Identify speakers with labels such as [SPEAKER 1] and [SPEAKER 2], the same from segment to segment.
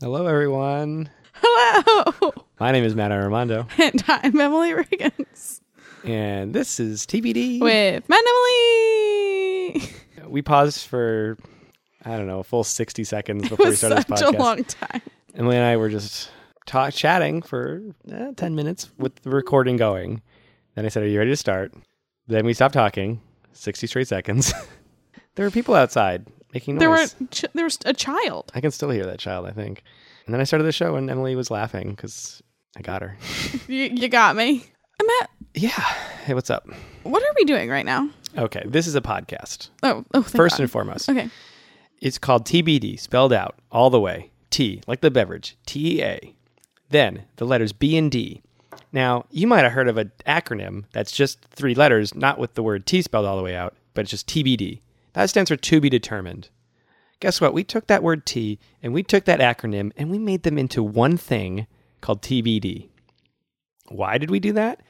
[SPEAKER 1] Hello, everyone.
[SPEAKER 2] Hello.
[SPEAKER 1] My name is Matt Armando,
[SPEAKER 2] And I'm Emily Riggins
[SPEAKER 1] and this is TBD.
[SPEAKER 2] with Matt and Emily.
[SPEAKER 1] We paused for, I don't know, a full 60 seconds
[SPEAKER 2] It
[SPEAKER 1] before we
[SPEAKER 2] was
[SPEAKER 1] started
[SPEAKER 2] such
[SPEAKER 1] this
[SPEAKER 2] a
[SPEAKER 1] podcast.
[SPEAKER 2] long time.
[SPEAKER 1] Emily and I were just ta- chatting for eh, 10 minutes with the recording going. Then I said, Are you ready to start? Then we stopped talking, 60 straight seconds. there were people outside making noise.
[SPEAKER 2] There were ch- there was a child.
[SPEAKER 1] I can still hear that child, I think. And then I started the show, and Emily was laughing because I got her.
[SPEAKER 2] You, you got me. And Matt,
[SPEAKER 1] yeah. Hey, what's up?
[SPEAKER 2] what are we doing right now?
[SPEAKER 1] Okay, this is a podcast.
[SPEAKER 2] Oh, oh, thank
[SPEAKER 1] First
[SPEAKER 2] God.
[SPEAKER 1] and foremost,
[SPEAKER 2] okay.
[SPEAKER 1] it's called TBD, spelled out all the way. T, like the beverage, T E A. Then the letters B and D. Now, you might have heard of an acronym that's just three letters, not with the word T spelled all the way out, but it's just TBD. That stands for to be determined. Guess what? We took that word T and we took that acronym and we made them into one thing called TBD. Why did we do that?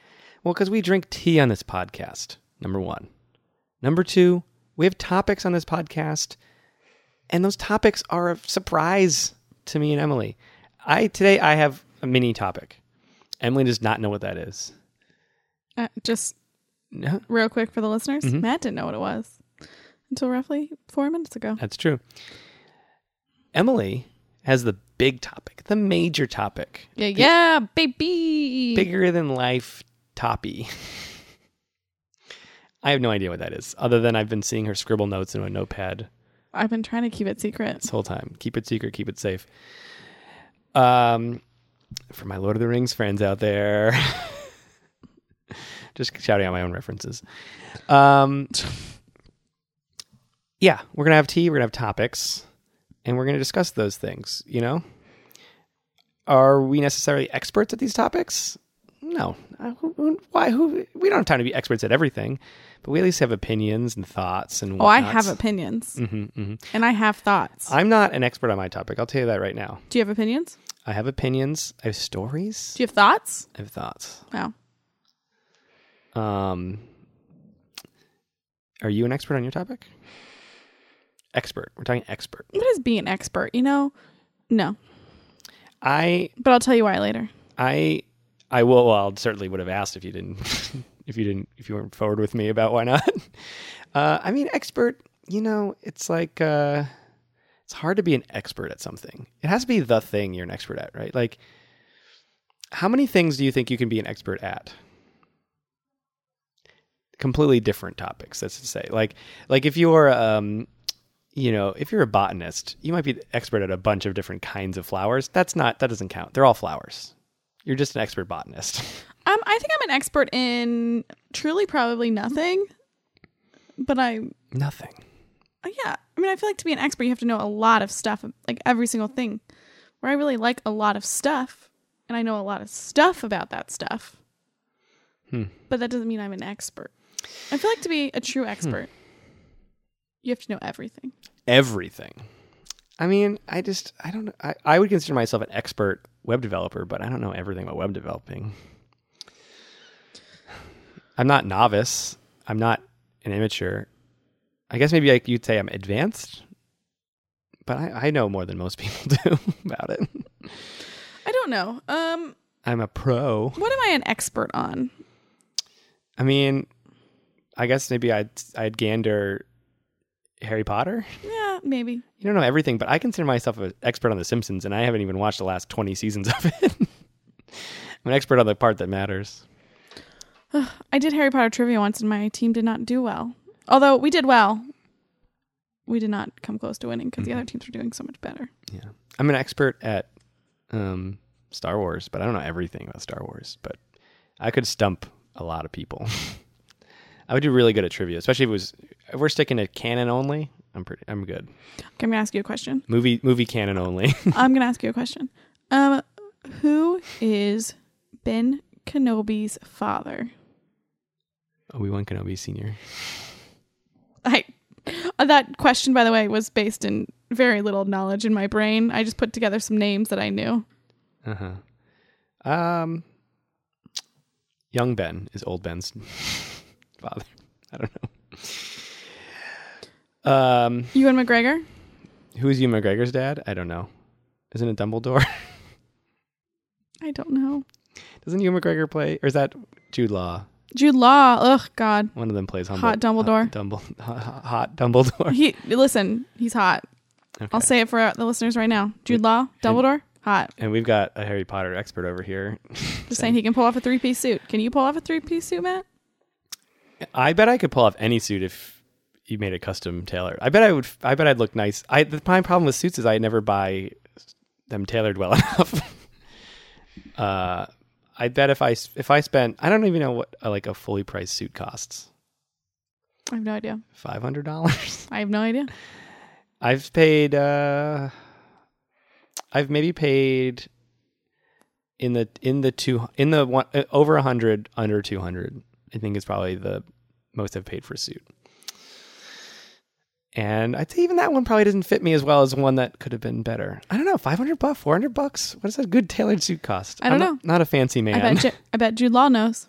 [SPEAKER 1] Well, because we drink tea on this podcast, number one. Number two, we have topics on this podcast and those topics are a surprise to me and Emily. I today I have a mini topic. Emily does not know what that is.
[SPEAKER 2] Uh, just
[SPEAKER 1] No,
[SPEAKER 2] real quick for the listeners,
[SPEAKER 1] Mm-hmm.
[SPEAKER 2] Matt didn't know what it was until roughly four minutes ago.
[SPEAKER 1] that's true. Emily has the big topic, the major topic,
[SPEAKER 2] Yeah, yeah, baby.
[SPEAKER 1] bigger than life toppy. I have no idea what that is, other than I've been seeing her scribble notes into a notepad
[SPEAKER 2] I've been trying to keep it secret.
[SPEAKER 1] this whole time. Keep it secret, keep it safe. Um, for my Lord of the Rings friends out there, just shouting out my own references. Um, yeah, we're gonna have tea. We're gonna have topics, and we're gonna discuss those things. You know, are we necessarily experts at these topics? No. Uh, who- who- Why? Who? We don't have time to be experts at everything, but we at least have opinions and thoughts and.
[SPEAKER 2] Oh, I
[SPEAKER 1] whatnots.
[SPEAKER 2] have opinions
[SPEAKER 1] Mhm, mhm.
[SPEAKER 2] and I have thoughts.
[SPEAKER 1] I'm not an expert on my topic. I'll tell you that right now.
[SPEAKER 2] Do you have opinions?
[SPEAKER 1] I have opinions. I have stories.
[SPEAKER 2] Do you have thoughts?
[SPEAKER 1] I have thoughts.
[SPEAKER 2] No.
[SPEAKER 1] Um, are you an expert on your topic? Expert. We're talking expert.
[SPEAKER 2] What is being an expert? You know, no.
[SPEAKER 1] I,
[SPEAKER 2] But I'll tell you why later.
[SPEAKER 1] I, I will. Well, I certainly would have asked if you didn't, if you didn't, if you weren't forward with me about why not. Uh, I mean, expert. You know, it's like uh, it's hard to be an expert at something. It has to be the thing you're an expert at, right? Like, how many things do you think you can be an expert at? Completely different topics. That's to say, like, like if you're, um, you know, if you're a botanist, you might be an expert at a bunch of different kinds of flowers. That's not that doesn't count. They're all flowers. You're just an expert botanist.
[SPEAKER 2] Um, I think I'm an expert in truly probably nothing. But I,
[SPEAKER 1] Nothing.
[SPEAKER 2] yeah, I mean, I feel like to be an expert, you have to know a lot of stuff, like every single thing. Where I really like a lot of stuff, and I know a lot of stuff about that stuff.
[SPEAKER 1] Hmm.
[SPEAKER 2] But that doesn't mean I'm an expert. I feel like to be a true expert, you have to know everything.
[SPEAKER 1] everything. I mean, I just I don't know. I, I would consider myself an expert web developer, but I don't know everything about web developing. I'm not novice. I'm not an immature. I guess maybe like you'd say I'm advanced, but I, I know more than most people do about it.
[SPEAKER 2] I don't know. Um,
[SPEAKER 1] I'm a pro.
[SPEAKER 2] what am I an expert on?
[SPEAKER 1] I mean, I guess maybe I'd I'd gander Harry Potter.
[SPEAKER 2] Yeah, maybe.
[SPEAKER 1] You don't know everything, but I consider myself an expert on The Simpsons, and I haven't even watched the last 20 seasons of it. I'm an expert on the part that matters.
[SPEAKER 2] I did Harry Potter trivia once, and my team did not do well. Although we did well, we did not come close to winning because the other teams were doing so much better.
[SPEAKER 1] Yeah. I'm an expert at um, Star Wars, but I don't know everything about Star Wars, but I could stump a lot of people. I would do really good at trivia, especially if it was if we're sticking to canon only. I'm pretty I'm good.
[SPEAKER 2] Okay, I'm gonna ask you a question.
[SPEAKER 1] Movie movie canon only.
[SPEAKER 2] I'm gonna ask you a question. Um, who is Ben Kenobi's father?
[SPEAKER 1] Obi-Wan Kenobi senior.
[SPEAKER 2] I uh, that question, by the way, was based in very little knowledge in my brain. I just put together some names that I knew.
[SPEAKER 1] Uh-huh. Um Young Ben is old Ben's father. I don't Um, know. Um
[SPEAKER 2] Ewan McGregor.
[SPEAKER 1] who is Ewan McGregor's dad? I don't know. Isn't it Dumbledore?
[SPEAKER 2] I don't know.
[SPEAKER 1] Doesn't Hugh McGregor play, or is that Jude Law?
[SPEAKER 2] Jude Law. Ugh, God.
[SPEAKER 1] One of them plays Humble,
[SPEAKER 2] Hot Dumbledore.
[SPEAKER 1] Hot, Dumble, hot, hot Dumbledore.
[SPEAKER 2] He listen. He's hot. I'll say it for the listeners right now. Jude Law, Dumbledore, hot.
[SPEAKER 1] And we've got a Harry Potter expert over here.
[SPEAKER 2] Just saying he can pull off a three piece suit. Can you pull off a three piece suit, Matt?
[SPEAKER 1] I bet I could pull off any suit if you made it custom tailored. I bet I would. I bet I'd look nice. I the, my problem with suits is I never buy them tailored well enough. uh, I bet if I s- if I spent I don't even know what uh, like a fully priced suit costs
[SPEAKER 2] I have no idea.
[SPEAKER 1] five hundred dollars.
[SPEAKER 2] I have no idea.
[SPEAKER 1] I've paid. uh I've maybe paid in the in the two in the one uh, over a hundred under two hundred. I think is probably the most I've paid for a suit. And I'd say even that one probably doesn't fit me as well as one that could have been better. I don't know, five hundred bucks, four hundred bucks. What does a good tailored suit cost?
[SPEAKER 2] I don't
[SPEAKER 1] I'm Not, not a fancy man.
[SPEAKER 2] I bet. Ju- I bet Jude Law knows.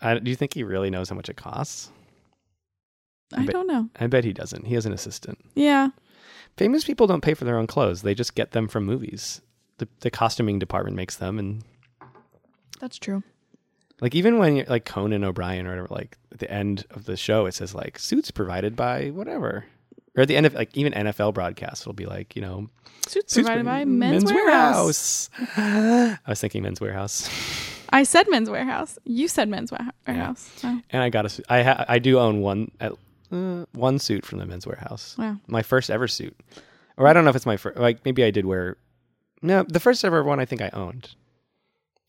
[SPEAKER 1] I- do you think he really knows how much it costs?
[SPEAKER 2] I
[SPEAKER 1] bet-
[SPEAKER 2] don't know.
[SPEAKER 1] I bet he doesn't. He has an assistant.
[SPEAKER 2] Yeah.
[SPEAKER 1] famous people don't pay for their own clothes they just get them from movies the, the costuming department makes them and
[SPEAKER 2] That's true.
[SPEAKER 1] like even when you're like conan o'brien or whatever like at the end of the show it says like suits provided by whatever or at the end of like even nfl broadcasts will be like you know
[SPEAKER 2] Suits
[SPEAKER 1] suits
[SPEAKER 2] provided
[SPEAKER 1] pro-
[SPEAKER 2] by Men's, Warehouse.
[SPEAKER 1] Warehouse. i was thinking men's warehouse
[SPEAKER 2] I said Men's Warehouse. You said Men's Wa- Warehouse. Wow.
[SPEAKER 1] and i got a suit i ha- i do own one at uh, one suit from the men's warehouse
[SPEAKER 2] Oh, Wow.
[SPEAKER 1] my first ever suit or i don't know if it's my first like maybe i did wear no the first ever one i think i owned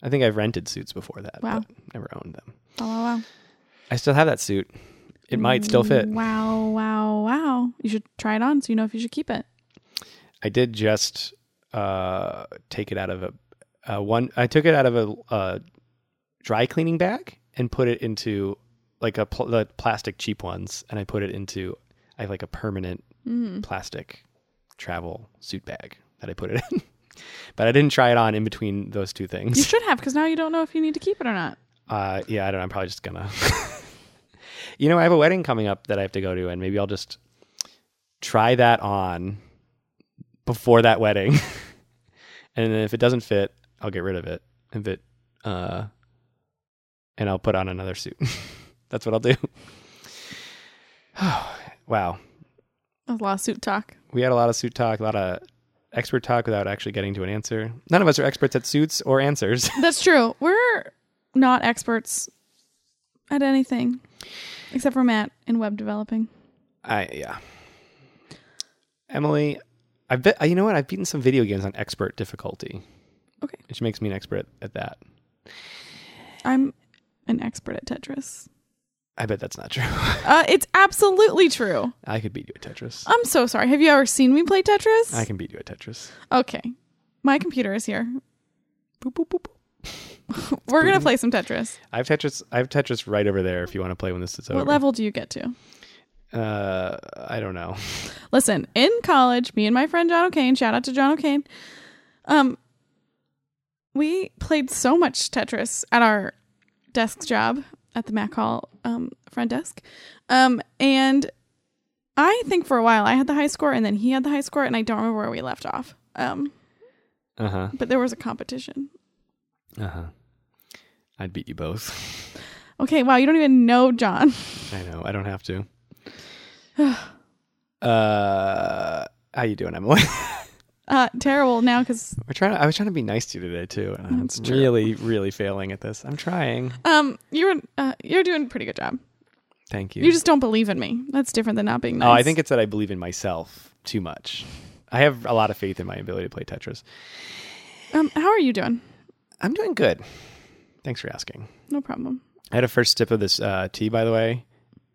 [SPEAKER 1] i think i've rented suits before that
[SPEAKER 2] Wow.
[SPEAKER 1] but never owned them
[SPEAKER 2] Wow. Wow. wow.
[SPEAKER 1] i still have that suit it might still fit
[SPEAKER 2] Wow. Wow. Wow. You should try it on so you know if you should keep it.
[SPEAKER 1] i did just uh take it out of a uh, one i took it out of a uh dry cleaning bag and put it into like a pl- the plastic cheap ones and i put it into i have like a permanent plastic travel suit bag that i put it in but i didn't try it on in between those two things
[SPEAKER 2] You should have because now you don't know if you need to keep it or not.
[SPEAKER 1] Uh, yeah, I don't know. I'm probably just gonna. you know, I have a wedding coming up that I have to go to, and maybe I'll just try that on before that wedding, and then if it doesn't fit, I'll get rid of it. If it, uh, and I'll put on another suit. That's what I'll do. wow,
[SPEAKER 2] That's a lot of suit talk.
[SPEAKER 1] we had a lot of suit talk, a lot of expert talk without actually getting to an answer. None of us are experts at suits or answers.
[SPEAKER 2] That's true. We're not experts at anything except for Matt in web developing.
[SPEAKER 1] I yeah. Emily, I bet you know what I've beaten some video games on expert difficulty,
[SPEAKER 2] Okay.
[SPEAKER 1] which makes me an expert at that.
[SPEAKER 2] I'm an expert at Tetris.
[SPEAKER 1] I bet that's not true.
[SPEAKER 2] Uh, it's absolutely true.
[SPEAKER 1] I could beat you at Tetris.
[SPEAKER 2] I'm so sorry. Have you ever seen me play Tetris?
[SPEAKER 1] I can beat you at Tetris.
[SPEAKER 2] okay. My computer is here.
[SPEAKER 1] Boop, boop, boop, boop.
[SPEAKER 2] We're going to play some Tetris.
[SPEAKER 1] I have Tetris. I have Tetris right over there. If you want to play when this is over,
[SPEAKER 2] What level do you get to?
[SPEAKER 1] Uh, I don't know.
[SPEAKER 2] Listen, in college, me and my friend John O'Kane, shout out to John O'Kane. Um we played so much Tetris at our desk job at the Mac Hall um front desk. Um and I think for a while I had the high score and then he had the high score and I don't remember where we left off. Um
[SPEAKER 1] Uh huh.
[SPEAKER 2] but there was a competition.
[SPEAKER 1] Uh huh. I'd beat you both.
[SPEAKER 2] Okay, wow, you don't even know John.
[SPEAKER 1] I know. I don't have to. uh, how you doing, Emily?
[SPEAKER 2] Uh terrible now cuz
[SPEAKER 1] We're trying. To, I was trying to be nice to you today too, and I'm
[SPEAKER 2] That's true.
[SPEAKER 1] really, really failing at this. I'm trying.
[SPEAKER 2] um you were uh, you're doing a pretty good job.
[SPEAKER 1] Thank you.
[SPEAKER 2] You just don't believe in me. That's different than not being nice.
[SPEAKER 1] oh, I think it's that I believe in myself too much. I have a lot of faith in my ability to play Tetris.
[SPEAKER 2] um how are you doing?
[SPEAKER 1] I'm doing good. Thanks for asking.
[SPEAKER 2] No problem.
[SPEAKER 1] I had a first sip of this uh, tea, by the way.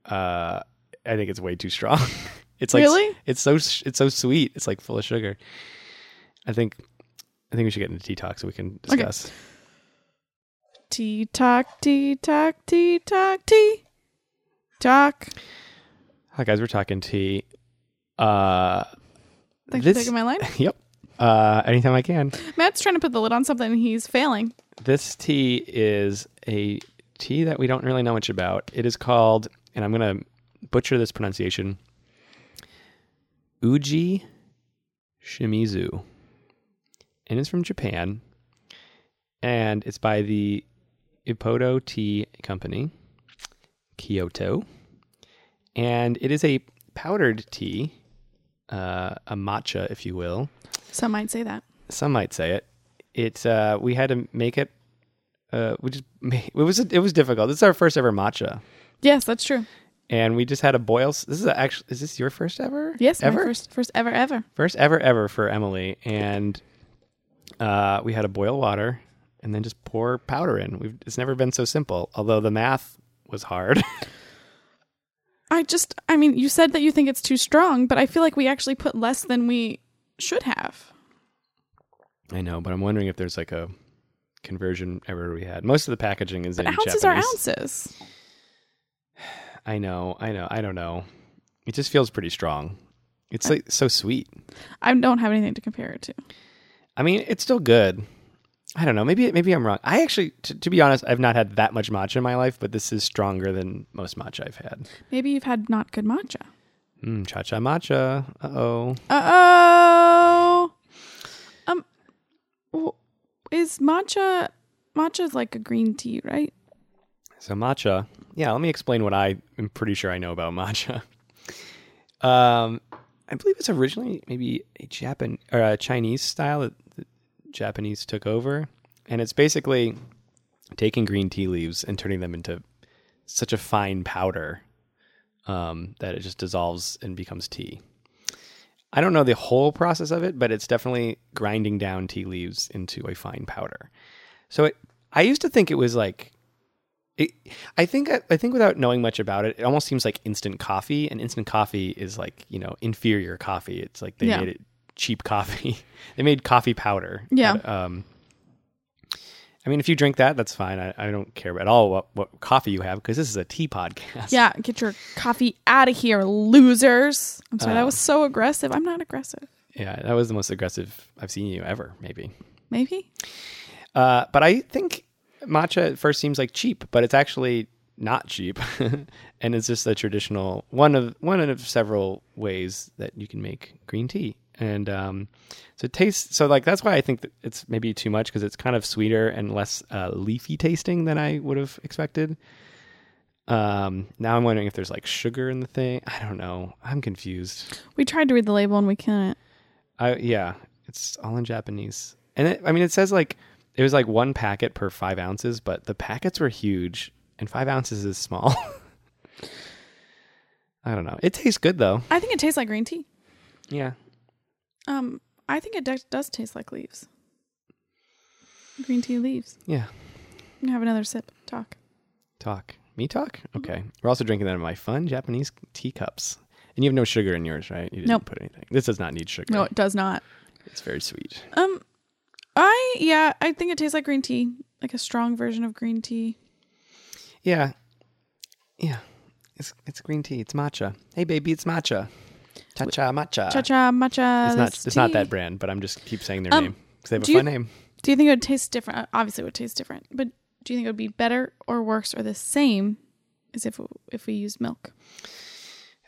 [SPEAKER 1] Uh, I think it's way too strong. it's like
[SPEAKER 2] Really?
[SPEAKER 1] it's so it's so sweet. It's like full of sugar. I think I think we should get into tea talk so we can
[SPEAKER 2] Okay.
[SPEAKER 1] discuss.
[SPEAKER 2] Tea talk, tea talk, tea talk, tea talk.
[SPEAKER 1] Hi guys, we're talking tea. Uh,
[SPEAKER 2] Thanks
[SPEAKER 1] This-
[SPEAKER 2] for taking my line.
[SPEAKER 1] yep. Uh, anytime I can.
[SPEAKER 2] Matt's trying to put the lid on something and he's failing.
[SPEAKER 1] This tea is a tea that we don't really know much about. It is called, and I'm going to butcher this pronunciation, Uji Shimizu. and it's from Japan, and it's by the Ipoto Tea Company, Kyoto, and it is a powdered tea, uh, a matcha, if you will.
[SPEAKER 2] Some might say that.
[SPEAKER 1] Some might say it. It's uh, we had to make it. Uh, we just made, it was it was difficult. This is our first ever matcha,
[SPEAKER 2] Yes, that's true.
[SPEAKER 1] and we just had to boil. s- This is actually is this your first ever?
[SPEAKER 2] Yes, my
[SPEAKER 1] ever
[SPEAKER 2] first, first ever, ever.
[SPEAKER 1] First ever ever for Emily, and uh, we had to boil water and then just pour powder in. We've, it's never been so simple, although the math was hard.
[SPEAKER 2] I just, I mean, you said that you think it's too strong, but I feel like we actually put less than we should have.
[SPEAKER 1] I know, but I'm wondering if there's like a conversion error we had. Most of the packaging is in
[SPEAKER 2] ounces
[SPEAKER 1] Japanese.
[SPEAKER 2] are ounces.
[SPEAKER 1] I know, I know, I don't know. It just feels pretty strong. It's like so sweet.
[SPEAKER 2] I don't have anything to compare it to.
[SPEAKER 1] I mean, it's still good. I don't know. Maybe maybe I'm wrong. I actually, t- to be honest, I've not had that much matcha in my life, but this is stronger than most matcha I've had.
[SPEAKER 2] Maybe you've had not good matcha.
[SPEAKER 1] Mm, cha cha matcha. Uh oh.
[SPEAKER 2] Uh oh. Um, w- is matcha matcha is like a green tea, right?
[SPEAKER 1] So matcha. Yeah, let me explain what I am pretty sure I know about matcha. Um, I believe it's originally maybe a Japan or a Chinese style that the Japanese took over, and it's basically taking green tea leaves and turning them into such a fine powder um, that it just dissolves and becomes tea. I don't know the whole process of it, but it's definitely grinding down tea leaves into a fine powder. So it, I used to think it was like it, I think I think without knowing much about it, it almost seems like instant coffee, and instant coffee is like you know inferior coffee. It's like they
[SPEAKER 2] Yeah.
[SPEAKER 1] made it cheap coffee. they made coffee powder.
[SPEAKER 2] Yeah.
[SPEAKER 1] But, um, I mean, if you drink that, that's fine. I, I don't care at all what, what coffee you have because this is a tea podcast.
[SPEAKER 2] Yeah, get your coffee out of here, losers. I'm
[SPEAKER 1] Uh.
[SPEAKER 2] sorry, that was so aggressive. I'm not aggressive.
[SPEAKER 1] Yeah, that was the most aggressive I've seen you ever, maybe.
[SPEAKER 2] Maybe.
[SPEAKER 1] Uh, but I think matcha at first seems like cheap, but it's actually not cheap, and it's just a traditional one of one of several ways that you can make green tea. And um, so it tastes so like that's why I think that it's maybe too much because it's kind of sweeter and less uh, leafy tasting than I would have expected. Um, now I'm wondering if there's like sugar in the thing. I don't know. I'm confused.
[SPEAKER 2] We tried to read the label and we couldn't.
[SPEAKER 1] I yeah, it's all in Japanese. And it, I mean, it says like it was like one packet per five ounces, but the packets were huge, and five ounces is small. I don't know. It tastes good though.
[SPEAKER 2] I think it tastes like green tea.
[SPEAKER 1] Yeah,
[SPEAKER 2] Um, I think it de- does taste like leaves. Green tea leaves.
[SPEAKER 1] yeah.
[SPEAKER 2] I'm gonna have another sip. Talk.
[SPEAKER 1] Talk me talk. Okay, we're also drinking that in my fun Japanese teacups. And you have no sugar in yours, right? You didn't
[SPEAKER 2] Nope.
[SPEAKER 1] put anything. This does not need sugar.
[SPEAKER 2] No, it does not.
[SPEAKER 1] It's very sweet.
[SPEAKER 2] Um, I yeah, I think it tastes like green tea, like a strong version of green tea.
[SPEAKER 1] Yeah. Yeah. It's it's green tea. It's matcha. Hey baby, it's matcha. Cha cha matcha.
[SPEAKER 2] Cha cha matcha.
[SPEAKER 1] Uh, it's not
[SPEAKER 2] this
[SPEAKER 1] it's not
[SPEAKER 2] tea.
[SPEAKER 1] that brand, but I'm just keep saying their
[SPEAKER 2] Uh, Um,
[SPEAKER 1] name because they have a
[SPEAKER 2] do you-
[SPEAKER 1] fun name.
[SPEAKER 2] Do you think it would taste different? Uh, Obviously, it would taste different. But do you think it would be better or worse or the same as if if we used milk?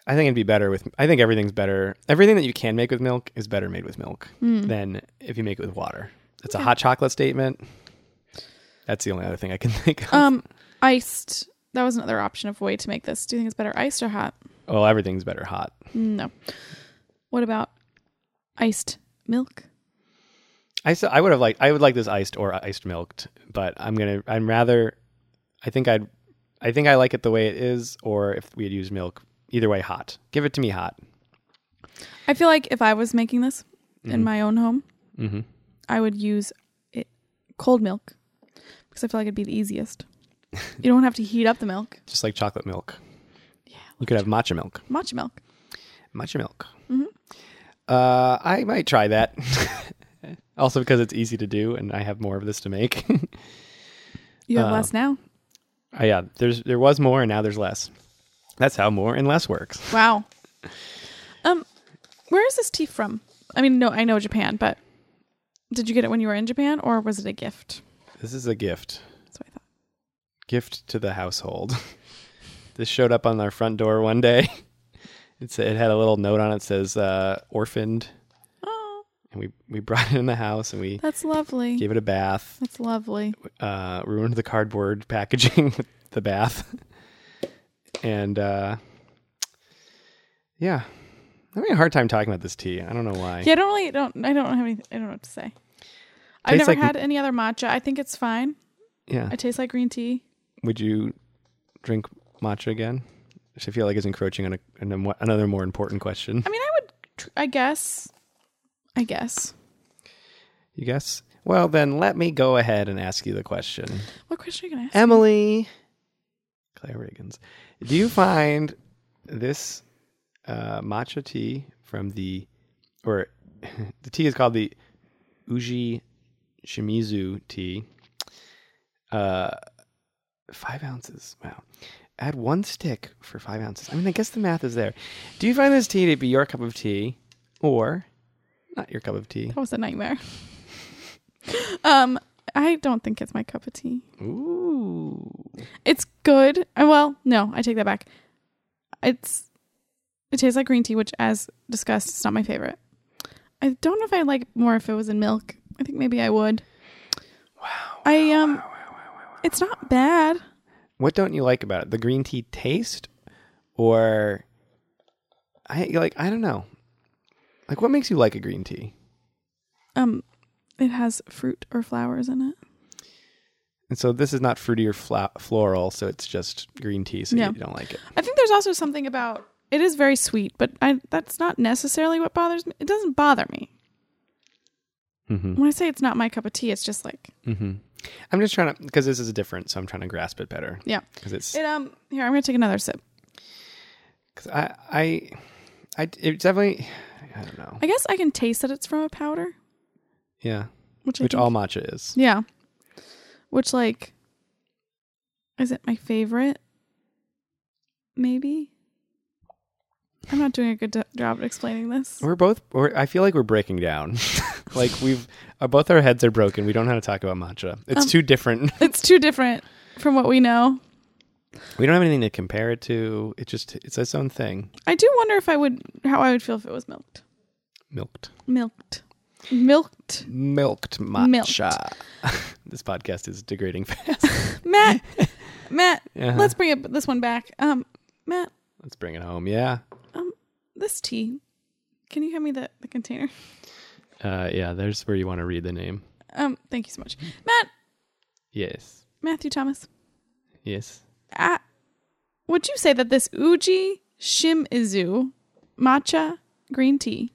[SPEAKER 1] I think it'd be better with. I think everything's better. Everything that you can make with milk is better made with milk
[SPEAKER 2] Hmm.
[SPEAKER 1] than if you make it with water. It's a hot chocolate statement. That's the only other thing I can think of.
[SPEAKER 2] Um, iced. That was another option of way to make this. Do you think it's better iced or hot?
[SPEAKER 1] well, everything's better hot.
[SPEAKER 2] No. What about iced milk?
[SPEAKER 1] I s- I would have liked. I would like this iced or iced milked, but I'm gonna. I'm rather. I think I'd. I think I like it the way it is, or if we had used milk. Either way, hot. Give it to me hot.
[SPEAKER 2] I feel like if I was making this in my own home,
[SPEAKER 1] Mhm.
[SPEAKER 2] I would use it cold milk because I feel like it'd be the easiest. you don't have to heat up the milk.
[SPEAKER 1] Just like chocolate milk. Yeah. You could have matcha milk.
[SPEAKER 2] Matcha milk.
[SPEAKER 1] matcha milk. Uh, I might try that. also because it's easy to do, and I have more of this to make.
[SPEAKER 2] You have less now.
[SPEAKER 1] oh, yeah, there's there was more, and now there's less. That's how more and less works.
[SPEAKER 2] Wow. Um, where is this tea from? I mean, no, I know Japan, but did you get it when you were in Japan, or was it a gift?
[SPEAKER 1] This is a gift,
[SPEAKER 2] That's what I thought.
[SPEAKER 1] gift to the household. this showed up on our front door one day. It's, it had a little note on it says uh, "orphaned,"
[SPEAKER 2] Oh,
[SPEAKER 1] and we we brought it in the house and we
[SPEAKER 2] That's lovely.
[SPEAKER 1] gave it a bath.
[SPEAKER 2] That's lovely.
[SPEAKER 1] Uh, ruined the cardboard packaging with the bath, and uh, yeah, I'm having a hard time talking about this tea. I don't know why.
[SPEAKER 2] Yeah, I don't really don't I don't have anything I don't know what to say. I've
[SPEAKER 1] Tastes
[SPEAKER 2] never
[SPEAKER 1] like-
[SPEAKER 2] had any other matcha. I think it's fine.
[SPEAKER 1] Yeah.
[SPEAKER 2] It tastes like green tea.
[SPEAKER 1] Would you drink matcha again? Which I feel like is encroaching on a, on a mo- another more important question.
[SPEAKER 2] I mean, I would tr- I guess I guess.
[SPEAKER 1] You guess? Well, then let me go ahead and ask you the question.
[SPEAKER 2] What question are you going to ask?
[SPEAKER 1] Emily Claire Reagans, do you find this uh, matcha tea from the, or the tea is called the Uji Shimizu tea? Uh, five ounces. Wow. Add one stick for five ounces. I mean, I guess the math is there. Do you find this tea to be your cup of tea or not your cup of tea?
[SPEAKER 2] That was a nightmare. um I don't think it's my cup of tea.
[SPEAKER 1] Ooh.
[SPEAKER 2] It's good. Uh, Well, no, I take that back. It's it tastes like green tea, which, as discussed, is not my favorite. I don't know if I'd like more if it was in milk. I think maybe I would. Wow. I um, it's not bad.
[SPEAKER 1] What don't you like about it? The green tea taste, or I like I don't know. Like what makes you like a green tea?
[SPEAKER 2] Um, it has fruit or flowers in it.
[SPEAKER 1] And so this is not fruity or fla- floral, so it's just green tea. So
[SPEAKER 2] Yeah.
[SPEAKER 1] you don't like it.
[SPEAKER 2] I think there's also something about it is very sweet, but I that's not necessarily what bothers me. It doesn't bother me
[SPEAKER 1] Mm-hmm.
[SPEAKER 2] when I say it's not my cup of tea. It's just like
[SPEAKER 1] Mm-hmm. I'm just trying to because this is different, so I'm trying to grasp it better.
[SPEAKER 2] yeah.
[SPEAKER 1] Because it's
[SPEAKER 2] It um here I'm gonna take another sip.
[SPEAKER 1] cause I I I it's definitely I don't know.
[SPEAKER 2] I guess I can taste that it's from a powder,
[SPEAKER 1] Yeah,
[SPEAKER 2] which I
[SPEAKER 1] which
[SPEAKER 2] think
[SPEAKER 1] all matcha is.
[SPEAKER 2] Yeah. Which like is it my favorite? Maybe. I'm not doing a good do- job at explaining this.
[SPEAKER 1] We're both. We're, I feel like we're breaking down. like we've uh, both our heads are broken. We don't know how to talk about matcha. It's
[SPEAKER 2] Um,
[SPEAKER 1] too different.
[SPEAKER 2] It's too different from what we know.
[SPEAKER 1] We don't have anything to compare it to. It just it's its own thing.
[SPEAKER 2] I do wonder if I would how I would feel if it was milked.
[SPEAKER 1] Milked.
[SPEAKER 2] Milked. Milked.
[SPEAKER 1] Milked matcha. this podcast is degrading fast.
[SPEAKER 2] Matt. Matt,
[SPEAKER 1] Uh-huh.
[SPEAKER 2] let's bring up this one back. Um Matt,
[SPEAKER 1] Let's bring it home. Yeah.
[SPEAKER 2] this tea. Can you hand me the, the container?
[SPEAKER 1] Uh yeah, there's where you want to read the name.
[SPEAKER 2] Um thank you so much. Matt,
[SPEAKER 1] Yes.
[SPEAKER 2] Matthew Thomas.
[SPEAKER 1] Yes.
[SPEAKER 2] I, would you say that this Uji Shimizu matcha green tea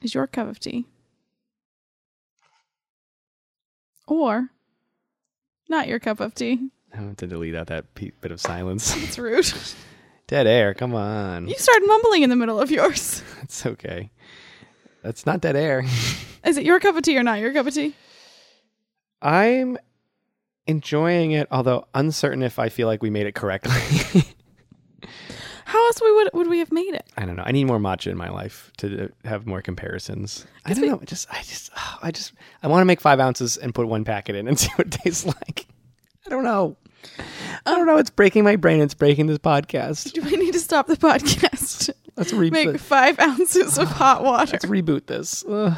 [SPEAKER 2] is your cup of tea? Or not your cup of tea?
[SPEAKER 1] I want to delete out that pe- bit of silence.
[SPEAKER 2] It's rude.
[SPEAKER 1] Dead air. Come on.
[SPEAKER 2] you started mumbling in the middle of yours.
[SPEAKER 1] It's okay. That's not dead air.
[SPEAKER 2] Is it your cup of tea or not your cup of tea?
[SPEAKER 1] I'm enjoying it, although uncertain if I feel like we made it correctly.
[SPEAKER 2] How else we would would we have made it?
[SPEAKER 1] I don't know. I need more matcha in my life to uh, have more comparisons. I don't know. Just I just oh, I just I want to make five ounces and put one packet in and see what it tastes like. I don't know. I don't know. It's breaking my brain. It's breaking this podcast.
[SPEAKER 2] Do we need to stop the podcast?
[SPEAKER 1] Let's reboot.
[SPEAKER 2] Make five ounces of hot water.
[SPEAKER 1] let's reboot this. Ugh.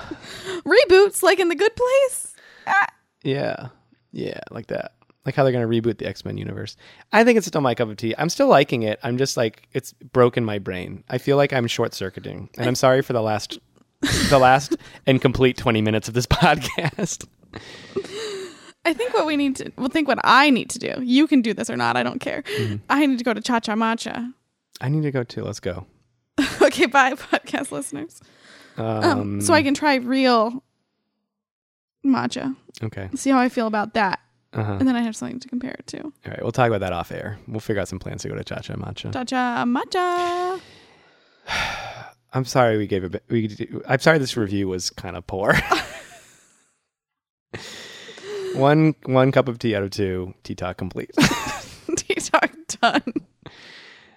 [SPEAKER 2] Reboots like in the good place. Ah.
[SPEAKER 1] Yeah, yeah, like that. Like how they're gonna reboot the X Men universe. I think it's still my cup of tea. I'm still liking it. I'm just like it's broken my brain. I feel like I'm short circuiting, and I'm sorry for the last, the last and complete twenty minutes of this podcast.
[SPEAKER 2] I think what we need to well think what I need to do. You can do this or not, I don't care. I need to go to Cha Cha Matcha.
[SPEAKER 1] I need to go too. Let's go.
[SPEAKER 2] okay, bye, podcast listeners.
[SPEAKER 1] Um,
[SPEAKER 2] Um, so I can try real matcha.
[SPEAKER 1] okay.
[SPEAKER 2] See how I feel about that.
[SPEAKER 1] Uh-huh.
[SPEAKER 2] And then I have something to compare it to.
[SPEAKER 1] All right. We'll talk about that off air. We'll figure out some plans to go to Cha Cha Matcha.
[SPEAKER 2] Cha Cha Matcha.
[SPEAKER 1] I'm sorry we gave a bit. We, d- I'm sorry this review was kind of poor. one one cup of tea out of two. Tea talk complete.
[SPEAKER 2] Tea Talk done.
[SPEAKER 1] I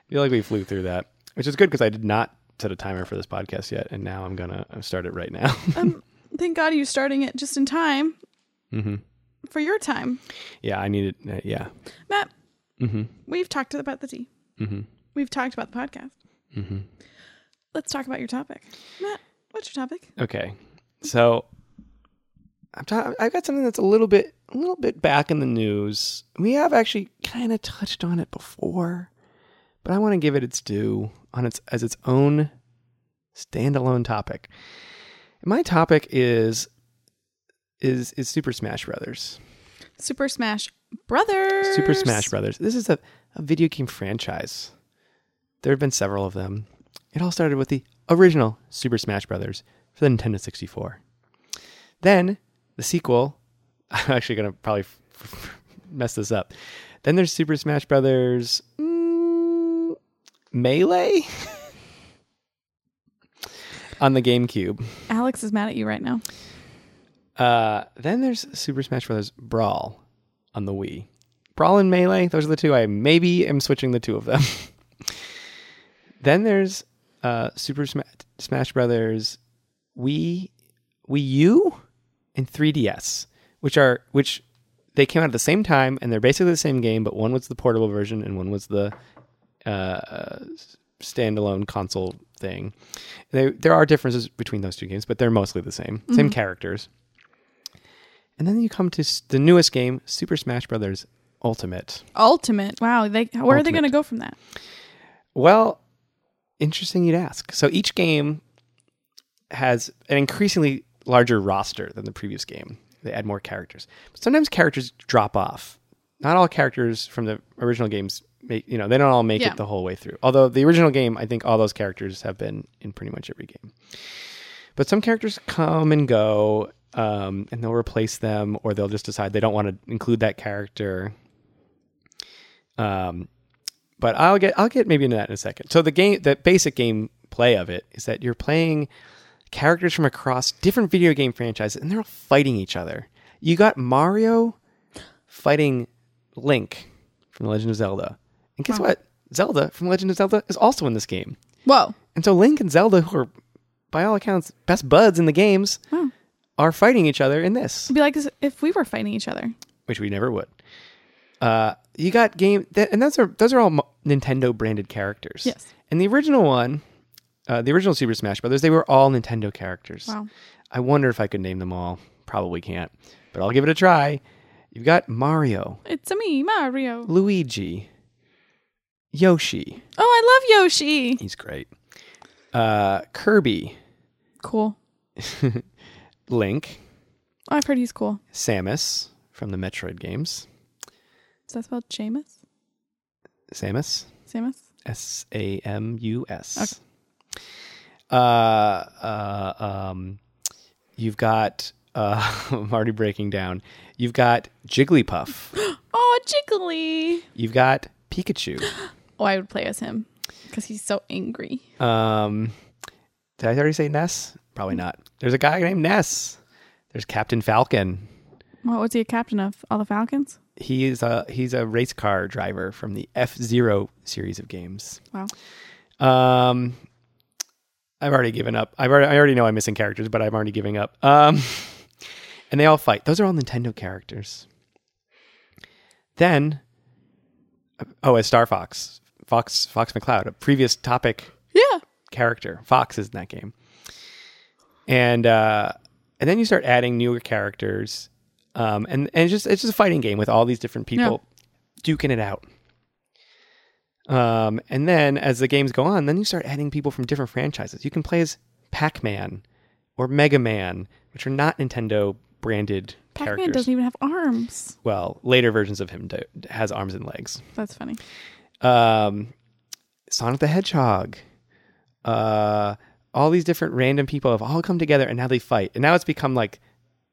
[SPEAKER 1] feel like we flew through that, which is good because I did not set a timer for this podcast yet, and now I'm gonna start it right now.
[SPEAKER 2] Um, thank God you're starting it just in time
[SPEAKER 1] hmm
[SPEAKER 2] for your time.
[SPEAKER 1] Yeah, I needed. Uh, yeah.
[SPEAKER 2] Matt,
[SPEAKER 1] hmm
[SPEAKER 2] we've talked about the tea.
[SPEAKER 1] hmm
[SPEAKER 2] We've talked about the podcast.
[SPEAKER 1] hmm
[SPEAKER 2] Let's talk about your topic. Matt, what's your topic?
[SPEAKER 1] Okay. So I'm ta- I've got something that's a little bit a little bit back in the news. We have actually kind of touched on it before, but I want to give it its due on its as its own standalone topic. My topic is is is Super Smash Brothers.
[SPEAKER 2] Super Smash Brothers.
[SPEAKER 1] Super Smash Brothers. This is a, a video game franchise. There have been several of them. It all started with the original Super Smash Brothers for the Nintendo 64. Then the sequel. I'm actually going to probably f- f- mess this up. Then there's Super Smash Brothers mm, Melee on the GameCube.
[SPEAKER 2] Alex is mad at you right now.
[SPEAKER 1] Uh, then there's Super Smash Bros. Brawl on the Wii. Brawl and Melee, those are the two I maybe am switching the two of them. then there's uh, Super Sma- Smash Brothers Wii, Wii U, and 3DS, which are which they came out at the same time and they're basically the same game, but one was the portable version and one was the uh, uh, s- standalone console thing. They, there are differences between those two games, but they're mostly the same, same characters. And then you come to s- the newest game, Super Smash Brothers Ultimate.
[SPEAKER 2] Ultimate. Wow. They where are they
[SPEAKER 1] Ultimate.
[SPEAKER 2] going to go from that?
[SPEAKER 1] Well, interesting you'd ask. So each game has an increasingly larger roster than the previous game. They add more characters. But sometimes characters drop off. Not all characters from the original games make you know, they don't all make
[SPEAKER 2] Yeah.
[SPEAKER 1] it the whole way through. Although the original game, I think all those characters have been in pretty much every game. But some characters come and go, um, and they'll replace them, or they'll just decide they don't want to include that character. Um, but I'll get I'll get maybe into that in a second. So the game, the basic gameplay of it is that you're playing characters from across different video game franchises, and they're all fighting each other. You got Mario fighting Link from The Legend of Zelda, and guess what? Zelda from Legend of Zelda is also in this game.
[SPEAKER 2] Whoa.
[SPEAKER 1] And so Link and Zelda, who are by all accounts best buds in the games,
[SPEAKER 2] Wow.
[SPEAKER 1] are fighting each other in this,
[SPEAKER 2] It'd be like if we were fighting each other.
[SPEAKER 1] which we never would. Uh, you got game, that, and those are those are all mo- Nintendo branded characters.
[SPEAKER 2] Yes.
[SPEAKER 1] And the original one, uh, the original Super Smash Brothers, they were all Nintendo characters.
[SPEAKER 2] Wow.
[SPEAKER 1] I wonder if I could name them all. Probably can't, but I'll give it a try. You've got Mario,
[SPEAKER 2] It's a me, Mario.
[SPEAKER 1] Luigi, Yoshi.
[SPEAKER 2] Oh, I love Yoshi.
[SPEAKER 1] He's great. Uh, Kirby,
[SPEAKER 2] Cool.
[SPEAKER 1] Link,
[SPEAKER 2] Oh, I've heard he's cool.
[SPEAKER 1] Samus from the Metroid games.
[SPEAKER 2] Is that spelled Seamus?
[SPEAKER 1] Samus.
[SPEAKER 2] Samus?
[SPEAKER 1] S A M U S. Uh, uh, um, you've got. Uh, I'm already breaking down. You've got Jigglypuff.
[SPEAKER 2] Oh, Jiggly.
[SPEAKER 1] You've got Pikachu.
[SPEAKER 2] Oh, I would play as him because he's so angry.
[SPEAKER 1] Um, did I already say Ness? Probably not. There's a guy named Ness. There's Captain Falcon.
[SPEAKER 2] What was he a captain of? All the Falcons?
[SPEAKER 1] He is a he's a race car driver from the F Zero series of games.
[SPEAKER 2] Wow.
[SPEAKER 1] Um, I've already given up. I've already, I already know I'm missing characters, but I'm already giving up. Um, and they all fight. Those are all Nintendo characters. Then, oh, as Star Fox, Fox, Fox McCloud, a previous topic
[SPEAKER 2] Yeah.
[SPEAKER 1] character. Fox is in that game, and uh, and then you start adding newer characters, um, and and it's just it's just a fighting game with all these different people duking it out. Um, and then as the games go on, then you start adding people from different franchises. You can play as Pac Man or Mega Man, which are not Nintendo branded
[SPEAKER 2] Pac Man
[SPEAKER 1] characters.
[SPEAKER 2] doesn't even have arms.
[SPEAKER 1] well, later versions of him do, has arms and legs
[SPEAKER 2] That's funny.
[SPEAKER 1] um, Sonic the Hedgehog, uh, all these different random people have all come together and now they fight. And now it's become like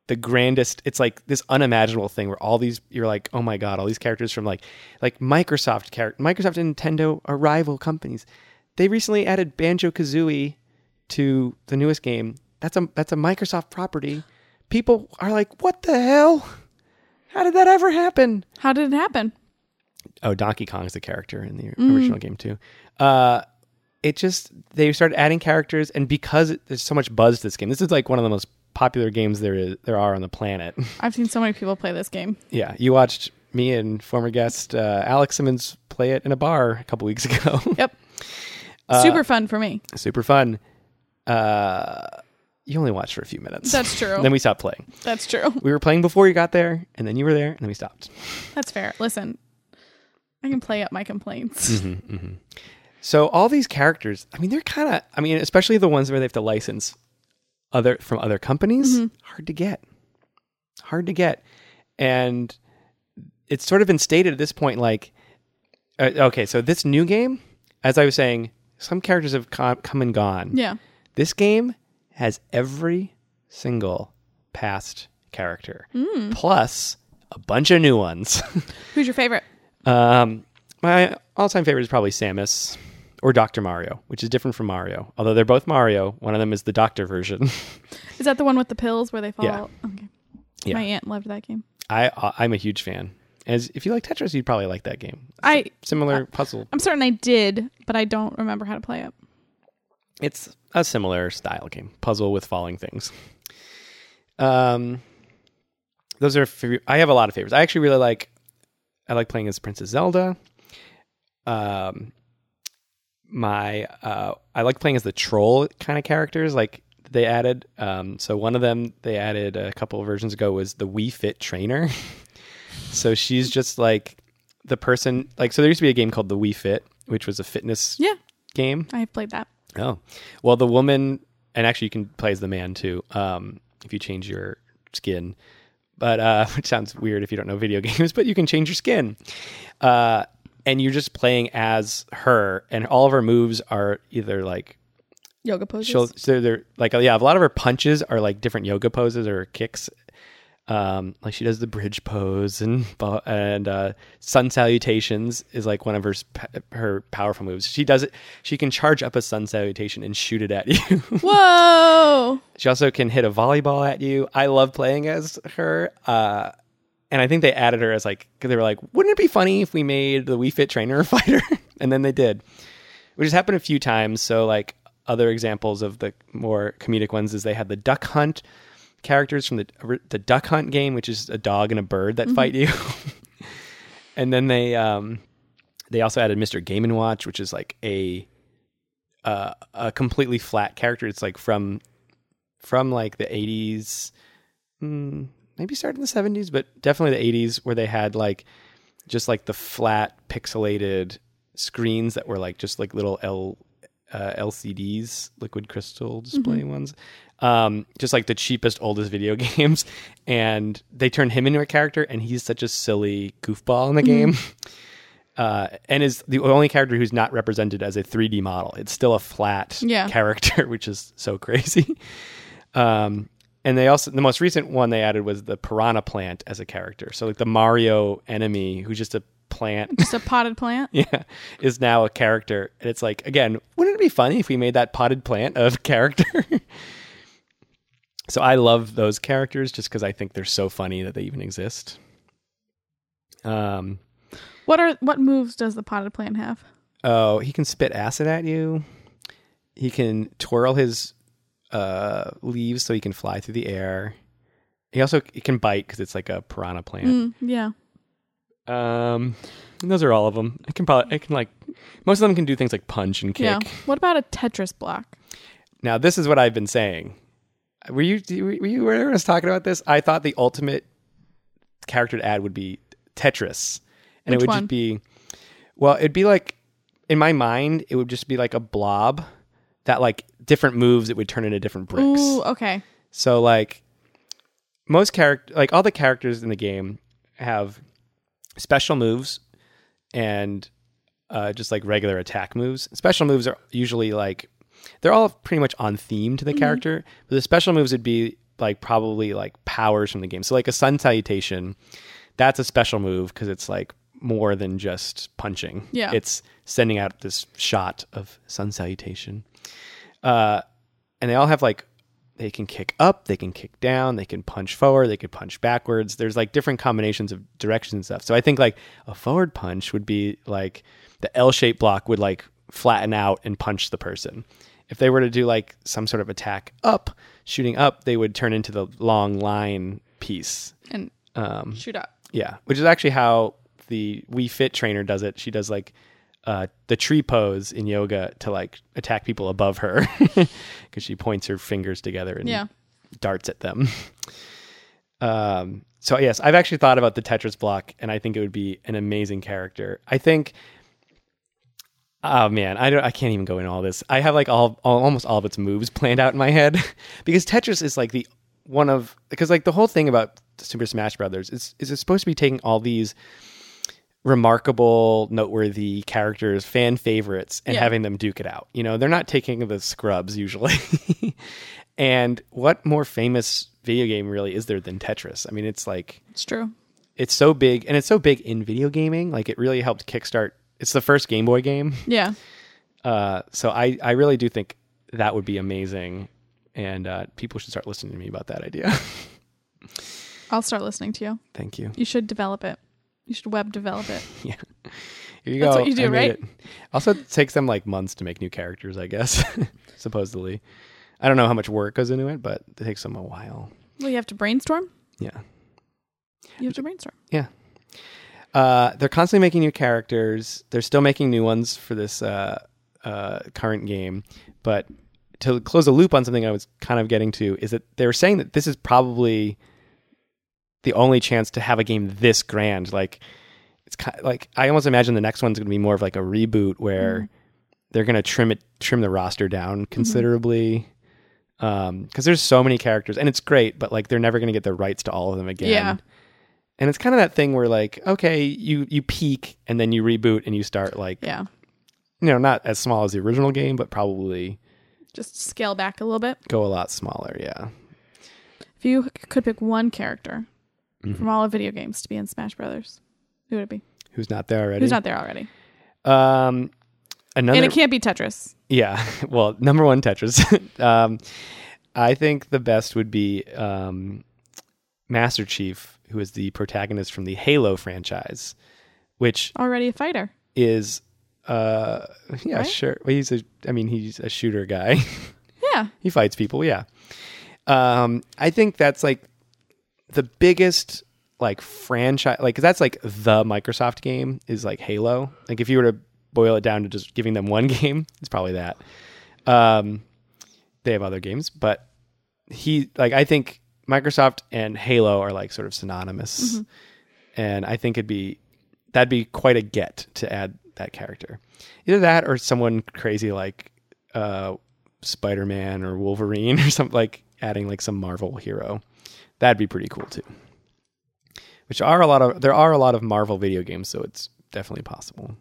[SPEAKER 1] the grandest. It's like this unimaginable thing where all these you're like, oh my god, all these characters from like like Microsoft character, Microsoft and Nintendo are rival companies. They recently added Banjo Kazooie to the newest game. That's a that's a Microsoft property. People are like, what the hell? How did that ever happen?
[SPEAKER 2] How did it happen?
[SPEAKER 1] oh donkey kong's the character in the
[SPEAKER 2] Mm.
[SPEAKER 1] original game too uh it just they started adding characters and because it, there's so much buzz to this game this is like one of the most popular games there is there are on the planet
[SPEAKER 2] I've seen so many people play this game.
[SPEAKER 1] yeah you watched me and former guest uh, alex simmons play it in a bar a couple weeks ago Uh,
[SPEAKER 2] Yep. Super fun for me.
[SPEAKER 1] super fun uh you only watched for a few minutes.
[SPEAKER 2] That's true.
[SPEAKER 1] then we stopped playing.
[SPEAKER 2] That's true.
[SPEAKER 1] We were playing before you got there, and then you were there, and then we stopped.
[SPEAKER 2] That's fair. Listen, I can play up my complaints.
[SPEAKER 1] Mm-hmm. So all these characters, I mean, they're kind of, I mean, especially the ones where they have to license other from other companies, hard to get, hard to get, and it's sort of been stated at this point, like, uh, okay, so this new game, as I was saying, some characters have co- come and gone.
[SPEAKER 2] Yeah.
[SPEAKER 1] This game has every single past character, plus a bunch of new ones.
[SPEAKER 2] Who's your favorite?
[SPEAKER 1] Um, my all-time favorite is probably Samus or Doctor Mario, which is different from Mario. Although they're both Mario, one of them is the Doctor version.
[SPEAKER 2] Is that the one with the pills where they fall?
[SPEAKER 1] Yeah.
[SPEAKER 2] Okay.
[SPEAKER 1] Yeah.
[SPEAKER 2] My aunt loved that game.
[SPEAKER 1] I, I I'm a huge fan. As if you like Tetris, you'd probably like that game.
[SPEAKER 2] I
[SPEAKER 1] Similar puzzle.
[SPEAKER 2] I'm certain I did, but I don't remember how to play it.
[SPEAKER 1] It's a similar style game, puzzle with falling things. Um, those are few, I have a lot of favorites. I actually really like. I like playing as Princess Zelda. Um, my uh, I like playing as the troll kind of characters. Like they added. Um, so one of them they added a couple of versions ago was the Wii Fit trainer. so she's just like the person. Like so, there used to be a game called the Wii Fit, which was a fitness
[SPEAKER 2] Yeah,
[SPEAKER 1] game.
[SPEAKER 2] I have played that.
[SPEAKER 1] Oh, well, the woman, and actually, you can play as the man too um, if you change your skin. But uh, which sounds weird if you don't know video games, but you can change your skin, uh, and you're just playing as her, and all of her moves are either like
[SPEAKER 2] Yoga poses.
[SPEAKER 1] she'll so they're like yeah, a lot of her punches are like different yoga poses or kicks. Um, like she does the bridge pose and bo- and uh, sun salutations is like one of her sp- her powerful moves. She does it. She can charge up a sun salutation and shoot it at you.
[SPEAKER 2] Whoa!
[SPEAKER 1] she also can hit a volleyball at you. I love playing as her. Uh, and I think they added her as like 'cause they were like, wouldn't it be funny if we made the Wii Fit trainer a fighter? and then they did, which has happened a few times. So like other examples of the more comedic ones is they had the Duck Hunt characters from the the Duck Hunt game, which is a dog and a bird that fight you. and then they um, they also added Mr. Game and Watch, which is like a uh, a completely flat character. It's like from from like the 80s mm, maybe started in the 70s but definitely the 80s where they had like just like the flat pixelated screens that were like just like little L, uh, lcds liquid crystal display ones um, just like the cheapest oldest video games and they turned him into a character and he's such a silly goofball in the game uh, and is the only character who's not represented as a 3d model it's still a flat
[SPEAKER 2] Yeah.
[SPEAKER 1] character which is so crazy um, and they also the most recent one they added was the piranha plant as a character. So like the Mario enemy who's just a plant,
[SPEAKER 2] Just a potted plant.
[SPEAKER 1] yeah, is now a character. And it's like again, wouldn't it be funny if we made that potted plant of character? so I love those characters just because I think they're so funny that they even exist. Um.
[SPEAKER 2] What are what moves does the potted plant have?
[SPEAKER 1] Oh, he can spit acid at you. He can twirl his uh, leaves so he can fly through the air. He also he can bite because it's like a piranha plant.
[SPEAKER 2] Mm, yeah.
[SPEAKER 1] Um, and those are all of them. I can probably I can like most of them can do things like punch and kick.
[SPEAKER 2] Yeah. What about a Tetris block?
[SPEAKER 1] Now this is what I've been saying. Were you were you were you talking about this? I thought the ultimate character to add would be Tetris, and it
[SPEAKER 2] Which
[SPEAKER 1] would
[SPEAKER 2] one?
[SPEAKER 1] just be well, it'd be like in my mind, it would just be like a blob that like different moves it would turn into different bricks.
[SPEAKER 2] Ooh, okay.
[SPEAKER 1] So like most character like all the characters in the game have special moves and uh, just like regular attack moves. Special moves are usually like they're all pretty much on theme to the character, but the special moves would be like probably like powers from the game. So like a sun salutation, that's a special move because it's like more than just punching.
[SPEAKER 2] Yeah.
[SPEAKER 1] it's sending out this shot of sun salutation. Uh, and they all have like they can kick up, they can kick down, they can punch forward, they could punch backwards. There's like different combinations of directions and stuff. So I think like a forward punch would be like the L-shaped block would like flatten out and punch the person. If they were to do like some sort of attack up, shooting up, they would turn into the long line piece.
[SPEAKER 2] And
[SPEAKER 1] Um,
[SPEAKER 2] shoot up.
[SPEAKER 1] yeah, which is actually how the We Fit trainer does it. She does like uh, the tree pose in yoga to like attack people above her because she points her fingers together and
[SPEAKER 2] Yeah.
[SPEAKER 1] darts at them. Um, so yes, I've actually thought about the Tetris block, and I think it would be an amazing character. I think. Oh man, I don't. I can't even go into all this. I have like all, all almost all of its moves planned out in my head because Tetris is like the one of because like the whole thing about Super Smash Brothers is is it's supposed to be taking all these remarkable, noteworthy characters, fan favorites, and
[SPEAKER 2] Yeah.
[SPEAKER 1] having them duke it out. You know, they're not taking the scrubs usually. and what more famous video game really is there than Tetris? I mean, it's like
[SPEAKER 2] It's true.
[SPEAKER 1] it's so big, and it's so big in video gaming. Like it really helped kickstart. It's the first Game Boy game,
[SPEAKER 2] Yeah.
[SPEAKER 1] uh, so I I really do think that would be amazing, and uh, people should start listening to me about that idea.
[SPEAKER 2] I'll start listening to you.
[SPEAKER 1] Thank you.
[SPEAKER 2] You should develop it. You should web develop it.
[SPEAKER 1] Yeah. Here you
[SPEAKER 2] That's
[SPEAKER 1] go.
[SPEAKER 2] what you do,
[SPEAKER 1] made
[SPEAKER 2] right?
[SPEAKER 1] it. Also, it takes them like months to make new characters, I guess, supposedly. I don't know how much work goes into it, but it takes them a while.
[SPEAKER 2] Well, you have to brainstorm.
[SPEAKER 1] Yeah.
[SPEAKER 2] You have to brainstorm.
[SPEAKER 1] Yeah. Uh, they're constantly making new characters. They're still making new ones for this uh, uh, current game. But to close a loop on something I was kind of getting to is that they were saying that this is probably the only chance to have a game this grand. Like it's kind like I almost imagine the next one's going to be more of like a reboot where they're going to trim it, trim the roster down considerably. Um, 'cause because there's so many characters and it's great, but like they're never going to get the rights to all of them again.
[SPEAKER 2] Yeah.
[SPEAKER 1] And it's kind of that thing where like, okay, you you peak and then you reboot and you start like,
[SPEAKER 2] Yeah.
[SPEAKER 1] you know, not as small as the original game, but probably
[SPEAKER 2] Just scale back a little bit.
[SPEAKER 1] go a lot smaller. Yeah.
[SPEAKER 2] If you c- could pick one character
[SPEAKER 1] Mm-hmm.
[SPEAKER 2] from all of video games to be in Smash Brothers, who would it be?
[SPEAKER 1] Who's not there already?
[SPEAKER 2] Who's not there already?
[SPEAKER 1] Um, another.
[SPEAKER 2] and it can't be Tetris.
[SPEAKER 1] Yeah. Well, number one Tetris. um, I think the best would be um, Master Chief, who is the protagonist from the Halo franchise, which
[SPEAKER 2] Already a fighter.
[SPEAKER 1] is, uh, yeah,
[SPEAKER 2] Right?
[SPEAKER 1] sure. Well, he's a. I mean, he's a shooter guy.
[SPEAKER 2] Yeah.
[SPEAKER 1] he fights people. Yeah. Um, I think that's like the biggest like franchise like 'cause that's like the microsoft game is like halo like if you were to boil it down to just giving them one game it's probably that um they have other games but he like i think microsoft and halo are like sort of synonymous and i think it'd be that'd be quite a get to add that character either that or someone crazy like uh spider-man or wolverine or something like adding like some marvel hero that'd be pretty cool too which are a lot of there are a lot of Marvel video games, so it's definitely possible.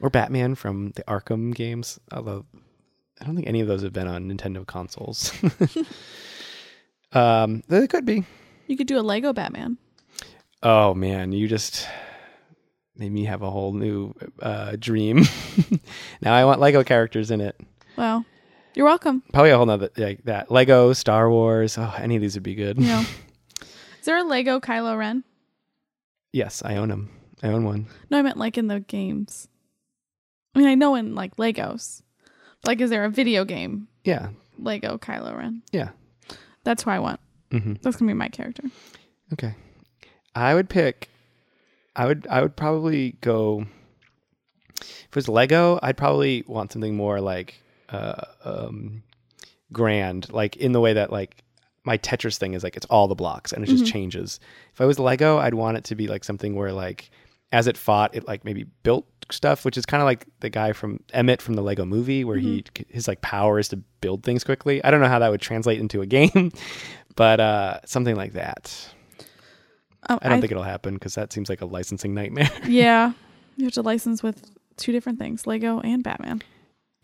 [SPEAKER 1] Or Batman from the Arkham games, although I don't think any of those have been on Nintendo consoles. um, they could be.
[SPEAKER 2] You could do a Lego Batman.
[SPEAKER 1] Oh man, you just made me have a whole new uh, dream. now I want Lego characters in it.
[SPEAKER 2] Wow. You're welcome.
[SPEAKER 1] Probably a whole nother like that Lego Star Wars. Oh, any of these would be good.
[SPEAKER 2] You know. Is there a Lego Kylo Ren?
[SPEAKER 1] Yes, I own them. I own one.
[SPEAKER 2] No, I meant like in the games. I mean, I know in like Legos. Like, is there a video game
[SPEAKER 1] Yeah,
[SPEAKER 2] Lego Kylo Ren?
[SPEAKER 1] yeah.
[SPEAKER 2] That's who I want.
[SPEAKER 1] Mm-hmm.
[SPEAKER 2] That's gonna be my character.
[SPEAKER 1] Okay. I would pick I would I would probably go if it was Lego, I'd probably want something more like uh um grand, like in the way that like my Tetris thing is like it's all the blocks and it just changes. If I was Lego, I'd want it to be like something where like as it fought, it like maybe built stuff, which is kind of like the guy from Emmett from the Lego movie where he his like power is to build things quickly. I don't know how that would translate into a game, but uh something like that.
[SPEAKER 2] Um,
[SPEAKER 1] I don't think it'll happen because that seems like a licensing nightmare.
[SPEAKER 2] Yeah, you have to license with two different things: Lego and Batman.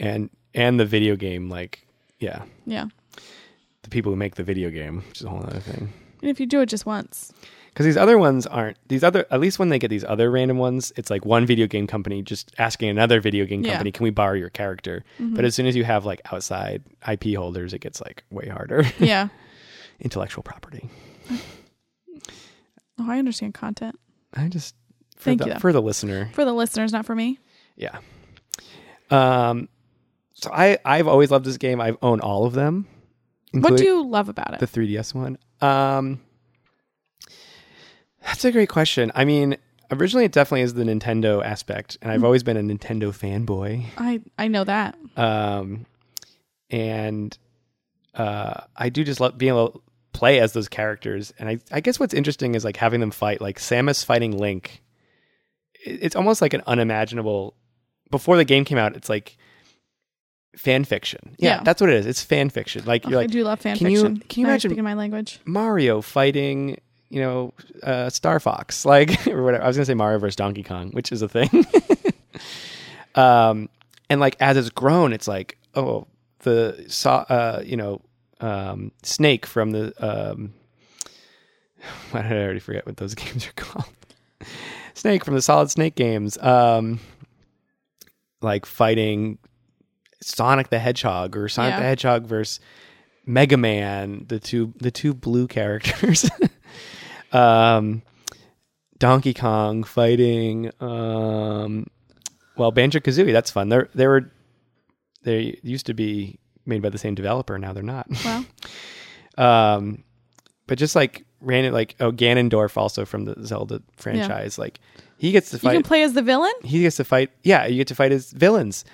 [SPEAKER 1] and and the video game, like, yeah,
[SPEAKER 2] Yeah,
[SPEAKER 1] the people who make the video game, which is a whole other thing.
[SPEAKER 2] and if you do it just once,
[SPEAKER 1] Because these other ones aren't these other. At least when they get these other random ones, it's like one video game company just asking another video game
[SPEAKER 2] Yeah. Mm-hmm.
[SPEAKER 1] company, "Can we borrow your character?" But as soon as you have like outside IP holders, it gets like way harder.
[SPEAKER 2] yeah.
[SPEAKER 1] Intellectual property.
[SPEAKER 2] Oh, I understand content
[SPEAKER 1] I just for
[SPEAKER 2] Thank
[SPEAKER 1] the,
[SPEAKER 2] you.
[SPEAKER 1] for the listener.
[SPEAKER 2] for the listeners, not for me.
[SPEAKER 1] Yeah. Um. So I I've always loved this game. I've owned all of them.
[SPEAKER 2] what
[SPEAKER 1] including-
[SPEAKER 2] do you love about it?
[SPEAKER 1] the 3DS one? Um, that's a great question. I mean, originally it definitely is the Nintendo aspect, and I've always been a Nintendo fanboy.
[SPEAKER 2] I I know that.
[SPEAKER 1] um, and uh, I do just love being able to play as those characters. And I, I guess what's interesting is like having them fight, like Samus fighting Link. It- It's almost like an unimaginable. Before the game came out, it's like fan fiction. Yeah,
[SPEAKER 2] Yeah.
[SPEAKER 1] that's what it is. It's fan fiction. Like
[SPEAKER 2] Oh,
[SPEAKER 1] you're
[SPEAKER 2] I
[SPEAKER 1] like
[SPEAKER 2] do love fan
[SPEAKER 1] can you-
[SPEAKER 2] fiction.
[SPEAKER 1] can you
[SPEAKER 2] Now you're
[SPEAKER 1] imagine-
[SPEAKER 2] speaking my language?
[SPEAKER 1] Mario fighting, you know, uh, Star Fox, like or whatever. I was gonna say Mario versus Donkey Kong, which is a thing. um, and like as it's grown, it's like oh the saw, uh, you know, um, Snake from the um, why did I already forget what those games are called? Snake from the Solid Snake games, um, like fighting Sonic the Hedgehog or Sonic
[SPEAKER 2] Yeah.
[SPEAKER 1] the Hedgehog versus Mega Man, the two the two blue characters. um Donkey Kong fighting um well Banjo Kazooie, that's fun. They're they were they used to be made by the same developer, now they're not.
[SPEAKER 2] Well,
[SPEAKER 1] Um but just like random like oh Ganondorf also from the Zelda franchise, like he gets to
[SPEAKER 2] you can
[SPEAKER 1] fight
[SPEAKER 2] play as the villain.
[SPEAKER 1] he gets to fight yeah, you get to fight his villains.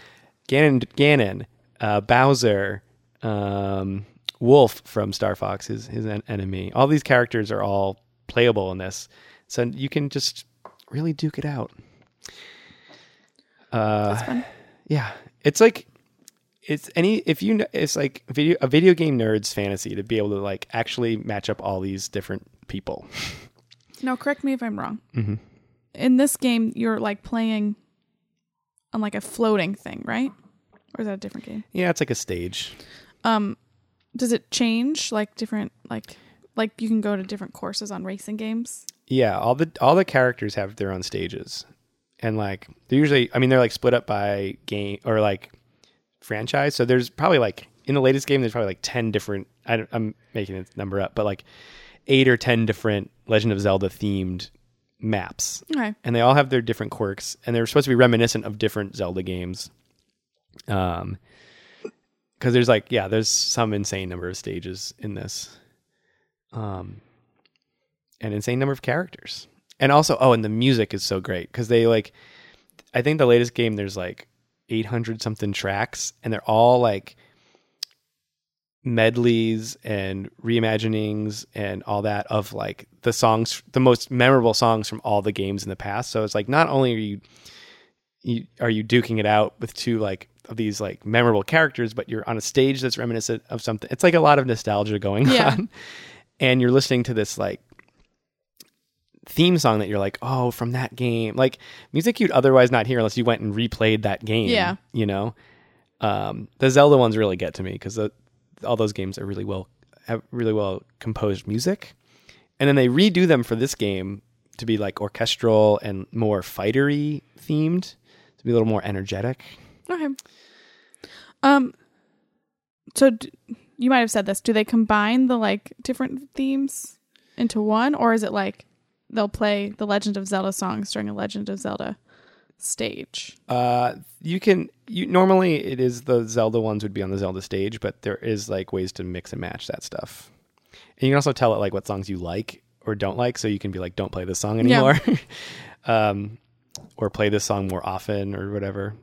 [SPEAKER 1] Ganon Ganon, uh Bowser, um Wolf from Star Fox, his his en- enemy. All these characters are all playable in this. So you can just really duke it out. Uh
[SPEAKER 2] That's fun.
[SPEAKER 1] yeah, it's like it's any if you kn- it's like video a video game nerd's fantasy to be able to like actually match up all these different people.
[SPEAKER 2] No, correct me if I'm wrong.
[SPEAKER 1] Mm-hmm.
[SPEAKER 2] In this game, you're like playing on like a floating thing, right? Or is that a different game?
[SPEAKER 1] Yeah, it's like a stage.
[SPEAKER 2] Um, does it change like different like like you can go to different courses on racing games?
[SPEAKER 1] Yeah, all the all the characters have their own stages, and like they're usually I mean they're like split up by game or like franchise. So there's probably like in the latest game there's probably like ten different. I don't, I'm making this number up, but like eight or ten different Legend of Zelda themed maps.
[SPEAKER 2] Okay.
[SPEAKER 1] and they all have their different quirks, and they're supposed to be reminiscent of different Zelda games. Um, because there's like yeah, there's some insane number of stages in this, um, an insane number of characters, and also oh, and the music is so great because they like, I think the latest game there's like 800 something tracks, and they're all like medleys and reimaginings and all that of like the songs the most memorable songs from all the games in the past so it's like not only are you, you are you duking it out with two like of these like memorable characters but you're on a stage that's reminiscent of something it's like a lot of nostalgia going
[SPEAKER 2] Yeah.
[SPEAKER 1] on and you're listening to this like theme song that you're like oh from that game like music you'd otherwise not hear unless you went and replayed that game
[SPEAKER 2] Yeah.
[SPEAKER 1] you know um the zelda ones really get to me because the all those games are really well have really well composed music and then they redo them for this game to be like orchestral and more fightery themed to be a little more energetic
[SPEAKER 2] Okay. Um. So d- you might have said this. Do they combine the like different themes into one, or is it like they'll play the Legend of Zelda songs during a Legend of Zelda stage?
[SPEAKER 1] uh you can you normally it is the zelda ones would be on the zelda stage but there is like ways to mix and match that stuff and you can also tell it like what songs you like or don't like so you can be like don't play this song
[SPEAKER 2] Yeah.
[SPEAKER 1] anymore um or play this song more often or whatever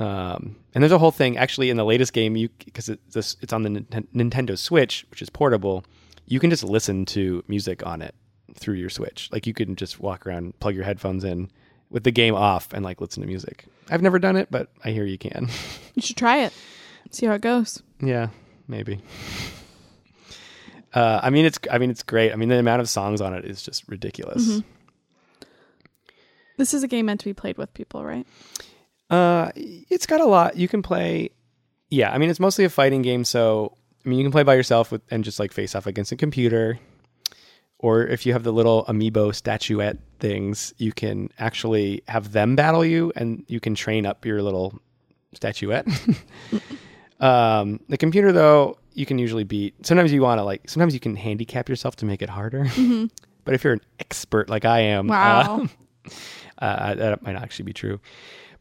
[SPEAKER 1] um and there's a whole thing actually in the latest game you because it, this it's on the Ninten- nintendo switch which is portable you can just listen to music on it through your switch like you can just walk around plug your headphones in with the game off and like listen to music i've never done it but i hear you can
[SPEAKER 2] You should try it. See how it goes.
[SPEAKER 1] Yeah, maybe. Uh, I mean, it's I mean, it's great. I mean, the amount of songs on it is just ridiculous.
[SPEAKER 2] This is a game meant to be played with people, right?
[SPEAKER 1] Uh, it's got a lot you can play. Yeah, I mean, it's mostly a fighting game, so I mean, you can play by yourself with and just like face off against a computer, or if you have the little amiibo statuette things, you can actually have them battle you, and you can train up your little statuette. um, the computer, though, you can usually beat. Sometimes you want to like. Sometimes you can handicap yourself to make it harder. but if you're an expert like I am, uh,
[SPEAKER 2] Wow.
[SPEAKER 1] uh, that might actually be true.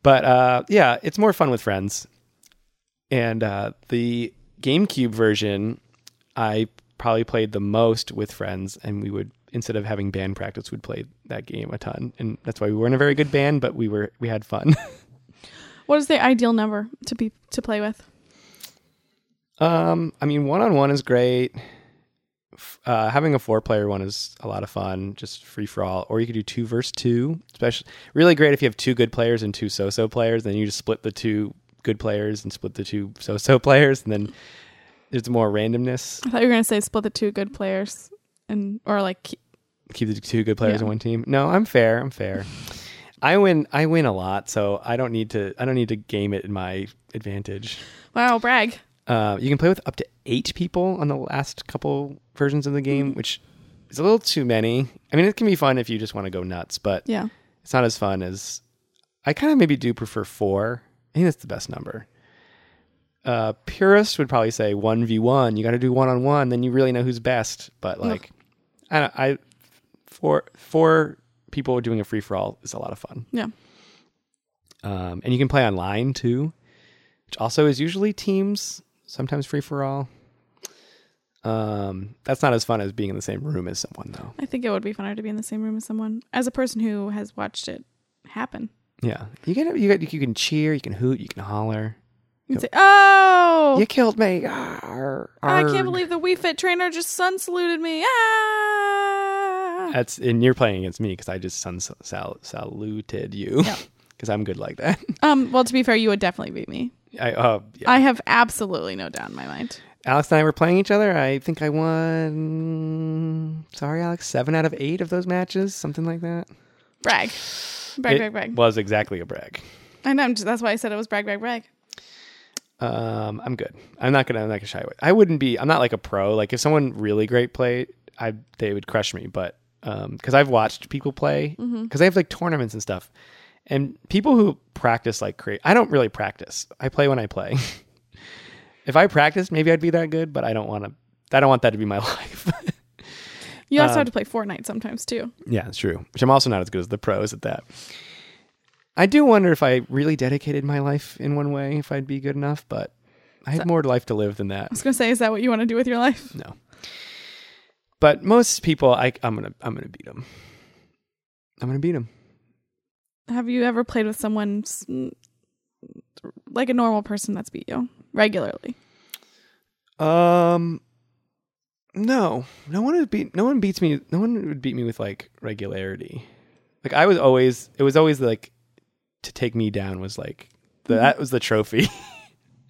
[SPEAKER 1] But uh, yeah, it's more fun with friends. And uh, the GameCube version, I probably played the most with friends, and we would instead of having band practice, we'd play that game a ton, and that's why we weren't a very good band, but we were we had fun.
[SPEAKER 2] What is the ideal number to be to play with?
[SPEAKER 1] Um, I mean, one on one is great. F- Uh, having a four player one is a lot of fun, just free for all. Or you could do two versus two, especially really great if you have two good players and two so so players. Then you just split the two good players and split the two so so players, and then there's more randomness.
[SPEAKER 2] I thought you were gonna say split the two good players and or like ke-
[SPEAKER 1] Keep the two good players
[SPEAKER 2] Yeah.
[SPEAKER 1] on one team. No, I'm fair. I'm fair. I win. I win a lot, so I don't need to. I don't need to game it in my advantage.
[SPEAKER 2] wow brag.
[SPEAKER 1] Uh, you can play with up to eight people on the last couple versions of the game, which is a little too many. I mean, it can be fun if you just want to go nuts, but
[SPEAKER 2] Yeah,
[SPEAKER 1] it's not as fun as I kind of maybe do prefer four. I think that's the best number. Uh, purists would probably say one v one. You got to do one on one, then you really know who's best. But like, I, don't, I four four people doing a free for all is a lot of fun.
[SPEAKER 2] yeah.
[SPEAKER 1] Um, and you can play online too, which also is usually teams, sometimes free for all. Um, that's not as fun as being in the same room as someone, though.
[SPEAKER 2] I think it would be funner to be in the same room as someone as a person who has watched it happen.
[SPEAKER 1] Yeah, you can you got you can cheer, you can hoot, you can holler.
[SPEAKER 2] You can say, "Oh,
[SPEAKER 1] You killed me! Arr,
[SPEAKER 2] I
[SPEAKER 1] arg."
[SPEAKER 2] can't believe the Wii Fit trainer just sun saluted me." Ah!
[SPEAKER 1] that's and you're playing against me because I just sun sal- saluted you because I'm good like that.
[SPEAKER 2] Um. Well, to be fair, you would definitely beat me.
[SPEAKER 1] I uh, yeah.
[SPEAKER 2] I have absolutely no doubt in my mind.
[SPEAKER 1] Alex and I were playing each other. I think I won. Sorry, Alex, seven out of eight of those matches, something like that.
[SPEAKER 2] Brag, brag,
[SPEAKER 1] It
[SPEAKER 2] brag, brag.
[SPEAKER 1] Was exactly a brag.
[SPEAKER 2] I know. I'm just- that's why I said it was brag, brag, brag.
[SPEAKER 1] Um, I'm good. I'm not gonna. I'm not gonna shy away. I wouldn't be. I'm not like a pro. Like if someone really great played, I they would crush me. But um, because I've watched people play, because they have like tournaments and stuff, and people who practice like crazy. I don't really practice. I play when I play. if I practiced, maybe I'd be that good. But I don't want to. I don't want that to be my life.
[SPEAKER 2] You
[SPEAKER 1] Uh,
[SPEAKER 2] also have to play Fortnite sometimes too.
[SPEAKER 1] yeah, it's true. Which I'm also not as good as the pros at that. I do wonder if I really dedicated my life in one way, if I'd be good enough. But I have more life to live than that.
[SPEAKER 2] I was gonna say, is that what you want to do with your life?
[SPEAKER 1] No. But most people, I, I'm gonna, I'm gonna beat them. I'm gonna beat them.
[SPEAKER 2] Have you ever played with someone s- like a normal person that's beat you regularly?
[SPEAKER 1] Um, no, no one would beat, no one beats me. No one would beat me with like regularity. Like I was always, it was always like to take me down was like the, that was the trophy.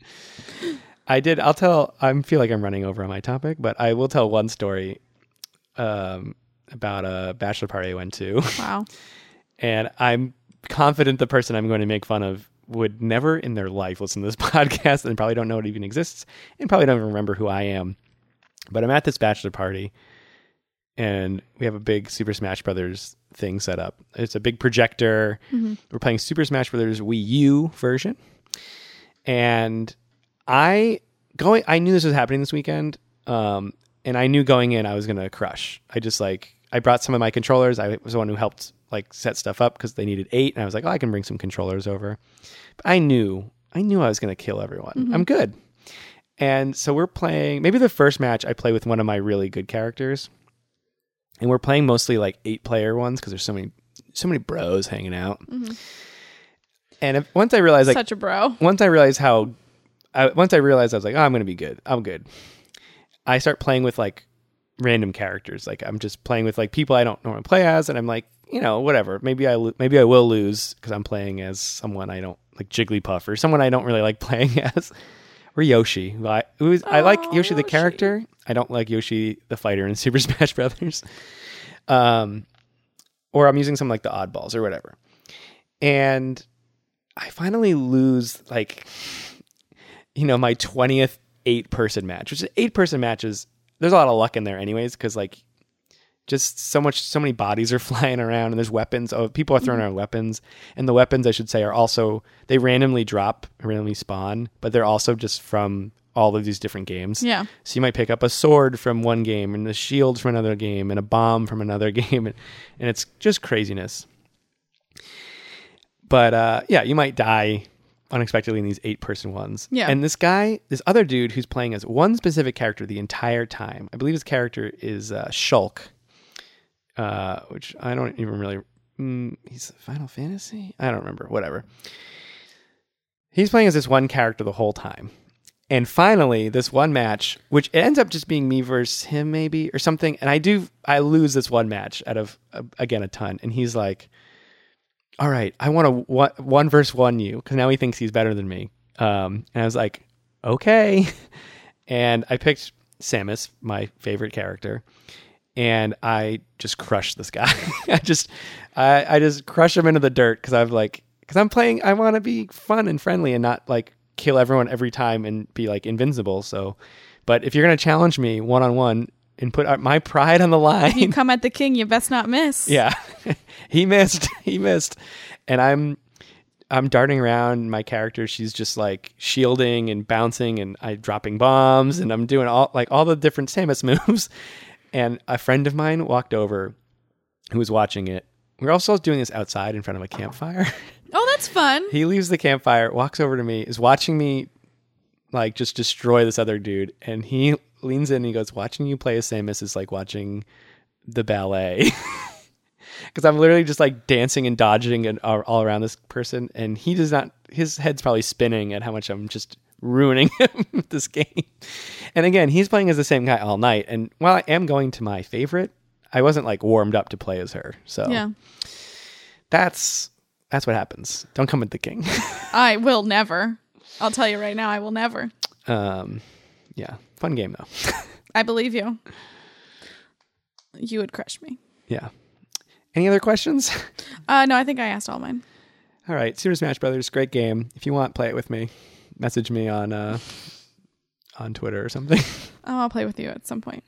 [SPEAKER 1] I did. I'll tell. I feel like I'm running over on my topic, but I will tell one story um, about a bachelor party I went to.
[SPEAKER 2] Wow.
[SPEAKER 1] and I'm confident the person I'm going to make fun of would never in their life listen to this podcast and probably don't know it even exists and probably don't even remember who I am. But I'm at this bachelor party and we have a big Super Smash Brothers thing set up. It's a big projector. We're playing Super Smash Brothers Wii U version. And I going I knew this was happening this weekend. Um and I knew going in I was going to crush. I just like I brought some of my controllers. I was the one who helped like set stuff up cuz they needed 8 and I was like, "Oh, I can bring some controllers over." But I knew I knew I was going to kill everyone. I'm good. And so we're playing maybe the first match I play with one of my really good characters. And we're playing mostly like eight player ones cuz there's so many so many bros hanging out. And if, once I realized like
[SPEAKER 2] Such a bro.
[SPEAKER 1] once I realized how, I, once I realized I was like, oh, I'm gonna be good. I'm good. I start playing with like random characters. Like I'm just playing with like people I don't normally play as, and I'm like, you know, whatever. Maybe I lo- maybe I will lose because I'm playing as someone I don't like Jigglypuff or someone I don't really like playing as, or Yoshi. who I, who is, I like
[SPEAKER 2] Aw,
[SPEAKER 1] Yoshi, the
[SPEAKER 2] Yoshi.
[SPEAKER 1] character. I don't like Yoshi the fighter in Super Smash Brothers. Um, or I'm using some like the oddballs or whatever, and I finally lose like you know my 20th eight person match which is eight person matches there's a lot of luck in there anyways because like just so much so many bodies are flying around and there's weapons oh people are throwing around weapons and the weapons i should say are also they randomly drop randomly spawn but they're also just from all of these different games
[SPEAKER 2] Yeah.
[SPEAKER 1] so you might pick up a sword from one game and a shield from another game and a bomb from another game and, and it's just craziness but uh, yeah, you might die unexpectedly in these eight person ones.
[SPEAKER 2] Yeah.
[SPEAKER 1] And this guy, this other dude who's playing as one specific character the entire time, I believe his character is uh, Shulk, uh, which I don't even really. Mm, he's Final Fantasy. I don't remember. Whatever. He's playing as this one character the whole time, and finally, this one match, which ends up just being me versus him, maybe or something. And I do, I lose this one match out of uh, again a ton. And he's like, "All right, I want to one, one versus one you," because now he thinks he's better than me. Um, and I was like, "Okay," and I picked Samus, my favorite character, and I just crushed this guy. I just, I, I just crush him into the dirt because I'm like, because I'm playing, I want to be fun and friendly and not like kill everyone every time and be like invincible. So, but if you're gonna challenge me one on one and put uh, my pride on the line,
[SPEAKER 2] You come at the king, you best not miss.
[SPEAKER 1] yeah. he missed. He missed. And I'm I'm darting around my character. She's just like shielding and bouncing and I dropping bombs and I'm doing all like all the different Samus moves. And a friend of mine walked over who was watching it. We We're also doing this outside in front of a campfire.
[SPEAKER 2] Oh, that's fun.
[SPEAKER 1] he leaves the campfire, walks over to me, is watching me like just destroy this other dude, and he leans in and he goes, "Watching you play a Samus is like watching the ballet." Because I'm literally just like dancing and dodging and all all around this person, and he does not. His head's probably spinning at how much I'm just ruining him with this game. And again, he's playing as the same guy all night. And while I am going to my favorite, I wasn't like warmed up to play as her. So
[SPEAKER 2] Yeah.
[SPEAKER 1] that's that's what happens. Don't come with the king.
[SPEAKER 2] I will never. I'll tell you right now, I will never.
[SPEAKER 1] Um, yeah, fun game though.
[SPEAKER 2] I believe you. You would crush me.
[SPEAKER 1] yeah. Any other questions?
[SPEAKER 2] Uh, no, I think I asked all mine.
[SPEAKER 1] All right, Super Smash Brothers, great game. If you want, play it with me. Message me on uh, on Twitter or something.
[SPEAKER 2] Oh, I'll play with you at some point.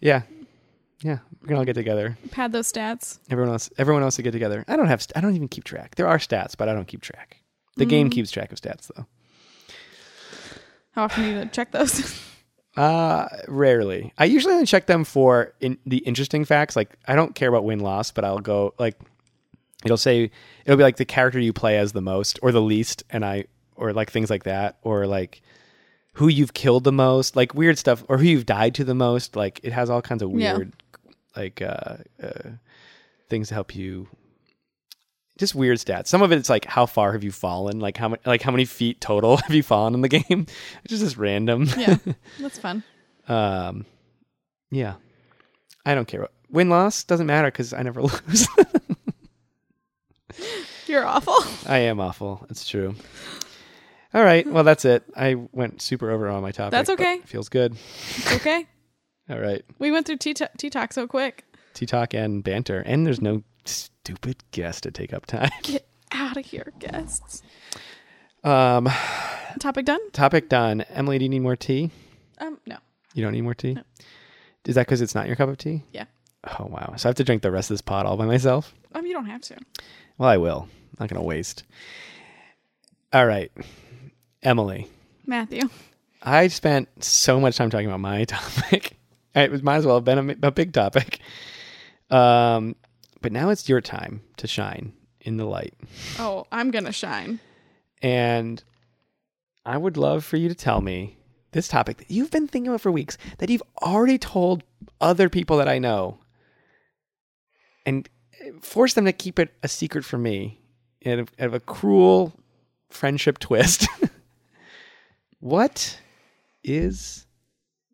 [SPEAKER 1] yeah, yeah, we're gonna all get together.
[SPEAKER 2] Pad those stats.
[SPEAKER 1] Everyone else, everyone else, to get together. I don't have, st- I don't even keep track. There are stats, but I don't keep track. The game keeps track of stats though.
[SPEAKER 2] How often do you check those?
[SPEAKER 1] Uh, rarely. I usually only check them for in the interesting facts. Like I don't care about win loss, but I'll go like it'll say it'll be like the character you play as the most or the least, and I or like things like that, or like who you've killed the most, like weird stuff, or who you've died to the most. Like it has all kinds of
[SPEAKER 2] Yeah.
[SPEAKER 1] weird like uh, uh things to help you just weird stats. Some of it's like how far have you fallen? Like how many like how many feet total have you fallen in the game? It's just just random.
[SPEAKER 2] yeah, that's fun.
[SPEAKER 1] Um, yeah, I don't care. Win loss doesn't matter because I never lose.
[SPEAKER 2] You're awful.
[SPEAKER 1] I am awful. It's true. All right. Well, that's it. I went super over on my topic.
[SPEAKER 2] That's
[SPEAKER 1] but
[SPEAKER 2] okay.
[SPEAKER 1] it feels good.
[SPEAKER 2] It's okay.
[SPEAKER 1] All right.
[SPEAKER 2] We went through tea to- tea talk so quick.
[SPEAKER 1] Tea talk and banter, and there's no stupid guest to take up time.
[SPEAKER 2] Get out of here, guests.
[SPEAKER 1] Um,
[SPEAKER 2] Topic done?
[SPEAKER 1] topic done. Emily, do you need more tea?
[SPEAKER 2] Um, no.
[SPEAKER 1] You don't need more tea. Is that because it's not your cup of tea?
[SPEAKER 2] Yeah.
[SPEAKER 1] Oh wow. So I have to drink the rest of this pot all by myself.
[SPEAKER 2] Um, you don't have to.
[SPEAKER 1] Well, I will. I'm not gonna waste. All right, Emily.
[SPEAKER 2] Matthew.
[SPEAKER 1] I spent so much time talking about my topic. It was, might as well have been a, a big topic. Um, but now it's your time to shine in the light.
[SPEAKER 2] Oh, I'm gonna shine.
[SPEAKER 1] And I would love for you to tell me this topic that you've been thinking about for weeks, that you've already told other people that I know, and uh, force them to keep it a secret from me in a, of a cruel friendship twist. what is